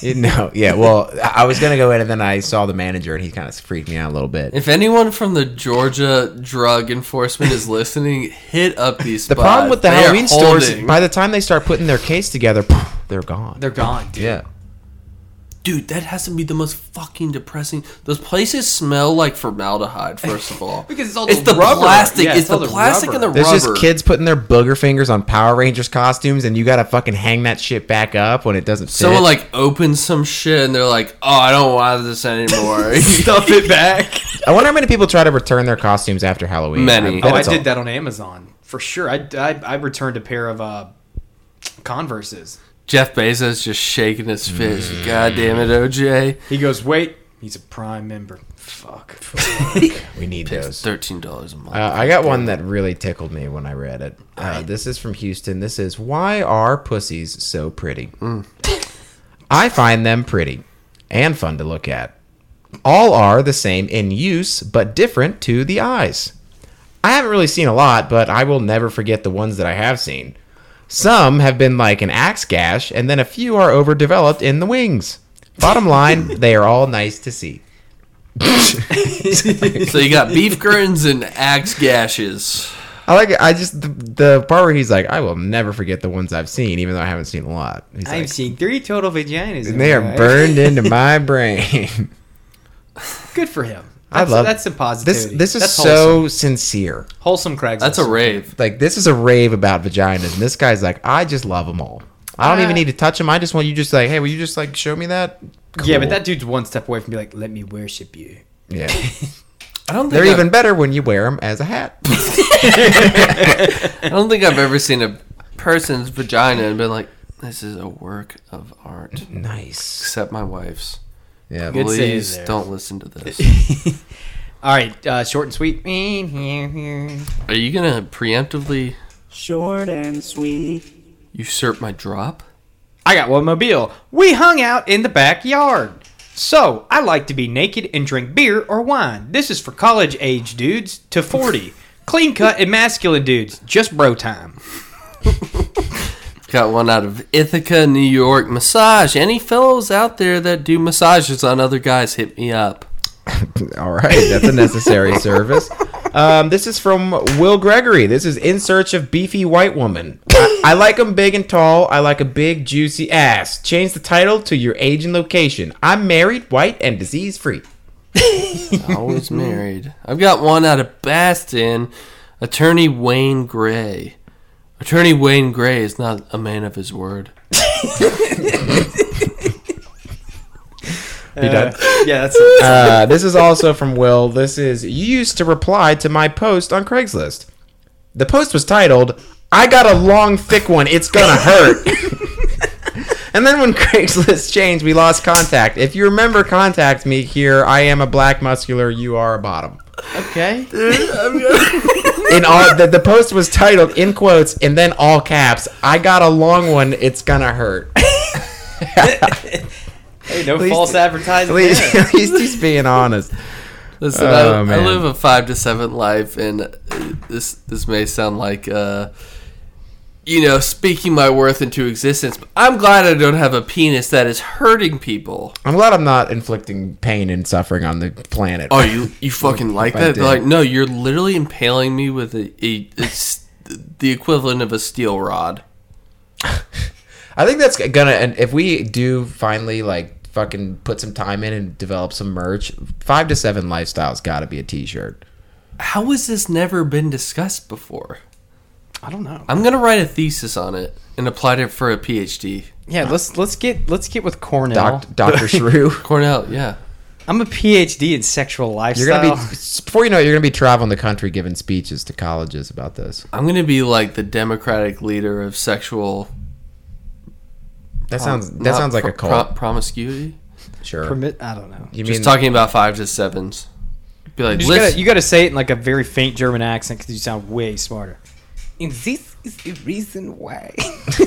Speaker 1: You <laughs> know, yeah. Well, I I was gonna go in, and then I saw the manager, and he kind of freaked me out a little bit.
Speaker 2: If anyone from the Georgia drug enforcement is listening, hit up these.
Speaker 1: The
Speaker 2: spots.
Speaker 1: problem with the
Speaker 2: They are
Speaker 1: Halloween stores,
Speaker 2: holding.
Speaker 1: by the time they start putting their case together, they're gone.
Speaker 3: They're gone, dude.
Speaker 1: yeah.
Speaker 2: dude, that has to be the most fucking depressing. Those places smell like formaldehyde. First
Speaker 1: <laughs>
Speaker 2: of all,
Speaker 3: Because it's all
Speaker 2: it's
Speaker 3: the
Speaker 2: the,
Speaker 3: rubber.
Speaker 2: plastic.
Speaker 3: Yeah,
Speaker 2: it's,
Speaker 3: it's all
Speaker 2: the,
Speaker 3: the
Speaker 2: plastic and the
Speaker 1: There's
Speaker 2: rubber.
Speaker 1: just kids putting their booger fingers on Power Rangers costumes, and you gotta fucking hang that shit back up when it doesn't fit.
Speaker 2: Someone like opens some shit and they're like, "Oh, I don't want
Speaker 1: <laughs>
Speaker 2: this anymore."
Speaker 3: <laughs>
Speaker 2: <laughs>
Speaker 3: Stuff it back.
Speaker 1: I wonder how many people try to return their costumes after Halloween.
Speaker 2: Many.
Speaker 1: bet
Speaker 3: Oh, I
Speaker 1: it's a-
Speaker 3: did that on Amazon for sure. I, I, I returned a pair of uh, Converses.
Speaker 2: Jeff Bezos just shaking his fist. God damn it, OJ.
Speaker 3: He goes, wait, he's a Prime member. <laughs>
Speaker 2: <laughs> Fuck.
Speaker 1: We need
Speaker 2: It's
Speaker 1: those.
Speaker 2: thirteen dollars
Speaker 1: <laughs>
Speaker 2: a month.
Speaker 1: Uh, I got one that really tickled me when I read it. Uh, this is from Houston. This is Why Are Pussies So Pretty? I find them pretty and fun to look at. All are the same in use, but different to the eyes. I haven't really seen a lot, but I will never forget the ones that I have seen. Some have been like an axe gash, and then a few are overdeveloped in the wings. Bottom line, they are all nice to see.
Speaker 2: so you got beef grins and axe gashes.
Speaker 1: I like. it. I just the, the part where he's like, "I will never forget the ones I've seen, even though I haven't seen a lot." He's
Speaker 3: I've
Speaker 1: like,
Speaker 3: seen three total vaginas. in
Speaker 1: and they
Speaker 3: my
Speaker 1: are
Speaker 3: life."
Speaker 1: burned
Speaker 3: <laughs>
Speaker 1: into my brain.
Speaker 3: Good for him.
Speaker 1: I
Speaker 3: That's-
Speaker 1: love
Speaker 3: that's some
Speaker 1: this.
Speaker 3: positivity.
Speaker 1: This is
Speaker 3: That's
Speaker 1: so sincere.
Speaker 3: wholesome, wholesome Craigslist.
Speaker 2: That's a rave.
Speaker 1: Like this is a rave about vaginas, and this guy's like, "I just love them all. I don't even
Speaker 3: Uh.
Speaker 1: need to touch them. I just want you just like, hey, will you just like show me that?"
Speaker 3: Yeah, but
Speaker 1: Cool.
Speaker 3: that dude's one step away from being like, "Let me worship you."
Speaker 1: yeah,
Speaker 3: <laughs>
Speaker 2: I don't think
Speaker 1: they're
Speaker 2: I've-
Speaker 1: even better when you wear them as a hat.
Speaker 2: I don't think I've ever seen a person's vagina and been like, "This is a work of art."
Speaker 1: nice.
Speaker 2: Except my wife's.
Speaker 1: Yeah.
Speaker 3: Good save
Speaker 2: Please
Speaker 3: there.
Speaker 2: don't listen to this.
Speaker 3: All right, uh, short and sweet.
Speaker 2: Are you gonna preemptively
Speaker 5: Short and sweet.
Speaker 2: usurp my drop?
Speaker 3: I got one mobile. We hung out in the backyard. So, I like to be naked and drink beer or wine. This is for college age dudes to <laughs> 40. Clean cut and masculine dudes. Just bro time.
Speaker 2: Got one out of Ithaca, New York. Massage. Any fellows out there that do massages on other guys, hit me up.
Speaker 1: All right, that's a necessary service. Um, this is from Will Gregory. This is in search of beefy white woman. I, I like 'em big and tall. I like a big juicy ass. Change the title to your age and location. I'm married, white, and disease free.
Speaker 2: Always married. I've got one out of Baston, attorney Wayne Gray. Attorney Wayne Gray is not a man of his word.
Speaker 1: You done?
Speaker 3: Yeah, that's it.
Speaker 1: Uh, this is also from Will. This is you used to reply to my post on Craigslist. The post was titled "I got a long thick one. It's gonna hurt." and then when Craigslist changed, we lost contact. If you remember, contact me here. I am a black muscular. You are a bottom.
Speaker 3: okay.
Speaker 1: In all, the, the post was titled in quotes and then all caps. I got a long one. It's gonna hurt.
Speaker 3: Hey, no
Speaker 1: least-
Speaker 3: false
Speaker 1: At
Speaker 3: advertising.
Speaker 1: least,
Speaker 3: there.
Speaker 1: at least he's being honest.
Speaker 2: Listen,
Speaker 1: Oh,
Speaker 2: I, I
Speaker 1: man.
Speaker 2: live a five to seven life, and uh, this this may sound like, uh, you know, speaking my worth into existence. But I'm glad I don't have a penis that is hurting people.
Speaker 1: I'm glad I'm not inflicting pain and suffering on the planet.
Speaker 2: Oh, you you fucking <laughs> like
Speaker 1: I
Speaker 2: that?
Speaker 1: did.
Speaker 2: They're like, no, you're literally impaling me with a, a it's the equivalent of a steel rod.
Speaker 1: I think that's gonna. And if we do finally like fucking put some time in and develop some merch, five to seven lifestyles got to be a t-shirt.
Speaker 2: How has this never been discussed before?
Speaker 3: I don't know.
Speaker 2: I'm gonna write a thesis on it and apply it for a PhD.
Speaker 3: Yeah, let's let's get let's get with Cornell.
Speaker 1: Doc,
Speaker 3: <laughs>
Speaker 2: <laughs>
Speaker 1: Doctor Shrew.
Speaker 2: Cornell, yeah.
Speaker 3: I'm a PhD in sexual lifestyle.
Speaker 1: You're gonna <laughs> be before you know it, you're gonna be traveling the country giving speeches to colleges about this.
Speaker 2: I'm gonna be like the Democratic leader of sexual.
Speaker 1: That sounds that
Speaker 2: Oh, Um, not
Speaker 1: sounds like
Speaker 2: pro-
Speaker 1: a cult.
Speaker 2: pro- promiscuity.
Speaker 1: Sure.
Speaker 3: permit. I don't know.
Speaker 1: you
Speaker 2: Just talking about five to sevens. Be like,
Speaker 3: You, just
Speaker 2: listen,
Speaker 3: gotta, you gotta say it in like a very faint German accent because you sound way smarter. And this is the reason <laughs> why.
Speaker 2: uh,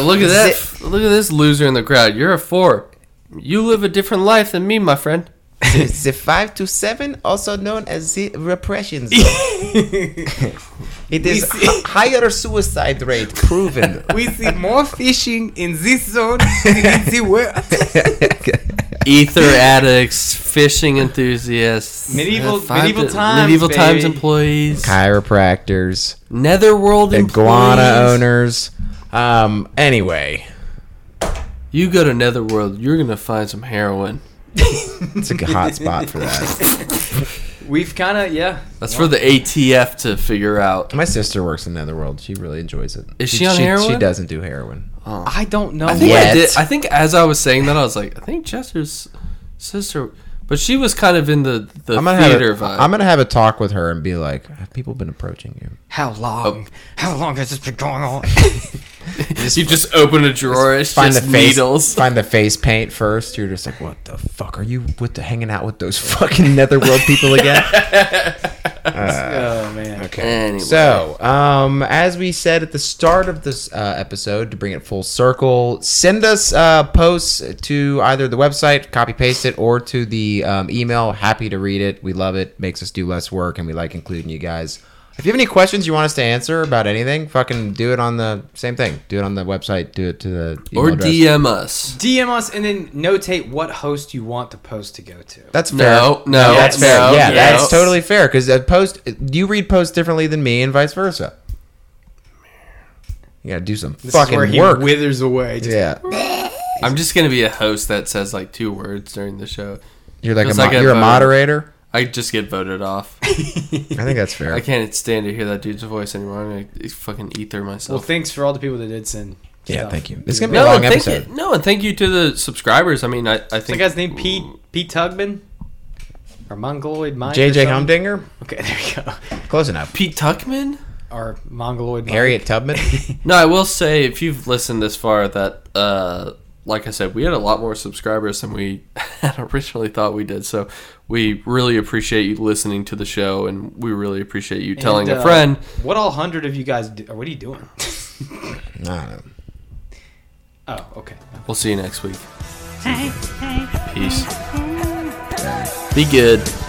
Speaker 2: look at that, look at this loser in the crowd. You're a four. You live a different life than me, my friend.
Speaker 1: <laughs> the five to seven, also known as the
Speaker 2: <laughs>
Speaker 1: repression zone. it is higher suicide rate
Speaker 2: <laughs>
Speaker 1: proven.
Speaker 3: <laughs>
Speaker 1: <laughs>
Speaker 3: we see more fishing in this zone than in the world. <laughs>
Speaker 2: Ether addicts, fishing enthusiasts,
Speaker 3: Medieval-
Speaker 2: five
Speaker 3: medieval times,
Speaker 2: medieval times
Speaker 3: baby.
Speaker 2: employees,
Speaker 1: Chiropractors.
Speaker 2: netherworld
Speaker 1: iguana
Speaker 2: employees.
Speaker 1: owners. Um. Anyway,
Speaker 2: You go to netherworld, you're gonna find some heroin.
Speaker 1: it's a hot spot for that.
Speaker 3: We've kind of yeah.
Speaker 2: That's for the ATF to figure out.
Speaker 1: My sister works in Netherworld. She really enjoys it.
Speaker 2: Is she on heroin?
Speaker 1: She doesn't do heroin.
Speaker 3: I don't know.
Speaker 2: I think I
Speaker 1: Yet.
Speaker 2: did. I think as I was saying that, I was like, I think Chester's sister But she was kind of in the the
Speaker 1: I'm gonna
Speaker 2: theater
Speaker 1: have a,
Speaker 2: vibe.
Speaker 1: I'm gonna have a talk with her and be like, have people been approaching you?
Speaker 3: How
Speaker 1: Oh.
Speaker 3: long? How long has this been
Speaker 1: <laughs>
Speaker 3: going on? <laughs>
Speaker 2: you just open a drawer. It's
Speaker 1: Find
Speaker 2: just
Speaker 1: the face, <laughs>
Speaker 2: needles.
Speaker 1: find the face paint first. You're just like, what the fuck are you with the hanging out with those fucking netherworld people
Speaker 2: <laughs>
Speaker 1: again?
Speaker 3: oh man.
Speaker 1: Okay.
Speaker 2: Anyway.
Speaker 1: So, um, as we said at the start of this uh, episode, to bring it full circle, send us uh, posts to either the website, copy paste it, or to the um, email. Happy to read it. We love it. Makes us do less work, and we like including you guys. If you have any questions you want us to answer about anything, fucking do it on the same thing. Do it on the website. Do it to the email
Speaker 2: or
Speaker 1: address.
Speaker 2: DM us.
Speaker 3: DM us and then notate what host you want the post to go to.
Speaker 1: That's fair.
Speaker 2: No, no,
Speaker 1: that's
Speaker 2: no,
Speaker 1: fair. yeah,
Speaker 2: no.
Speaker 1: that's totally fair because a post you read posts differently than me, and vice versa. You gotta do some
Speaker 3: This
Speaker 1: fucking
Speaker 3: is where he
Speaker 1: work.
Speaker 3: withers away. Just,
Speaker 1: yeah,
Speaker 2: I'm just gonna be a host that says like two words during the show.
Speaker 1: you're like a
Speaker 2: Just
Speaker 1: mo-
Speaker 2: like a
Speaker 1: you're a
Speaker 2: voter.
Speaker 1: moderator.
Speaker 2: I just get voted off.
Speaker 1: I think
Speaker 2: <laughs>
Speaker 1: that's fair.
Speaker 2: I can't stand to hear that dude's voice anymore. I'm gonna fucking ether
Speaker 3: Well,
Speaker 2: myself.
Speaker 3: thanks for all the people that did send.
Speaker 1: Yeah,
Speaker 3: stuff.
Speaker 1: thank you. It's gonna be a
Speaker 2: no,
Speaker 1: long
Speaker 2: thank
Speaker 1: episode.
Speaker 2: you. No, and thank you to the subscribers. I mean, I, I
Speaker 3: Is that
Speaker 2: think
Speaker 3: guy's name Pete Pete Tugman or Mongoloid Mike? or
Speaker 1: JJ
Speaker 3: something?
Speaker 1: Humdinger,
Speaker 3: Okay, <laughs> there you go.
Speaker 1: close enough.
Speaker 2: Pete Tuckman.
Speaker 3: Or Mongoloid Mike.
Speaker 1: Harriet Tubman. <laughs>
Speaker 2: No, I will say if you've listened this far that uh like I said, we had a lot more subscribers than we <laughs> had originally thought we did. So we really appreciate you listening to the show and we really appreciate you telling
Speaker 3: And,
Speaker 2: a
Speaker 3: uh,
Speaker 2: friend.
Speaker 3: What all hundred of you guys do? Or what are you doing? <laughs>
Speaker 1: I don't know.
Speaker 3: oh, okay.
Speaker 2: We'll see you next week. Peace. Be good.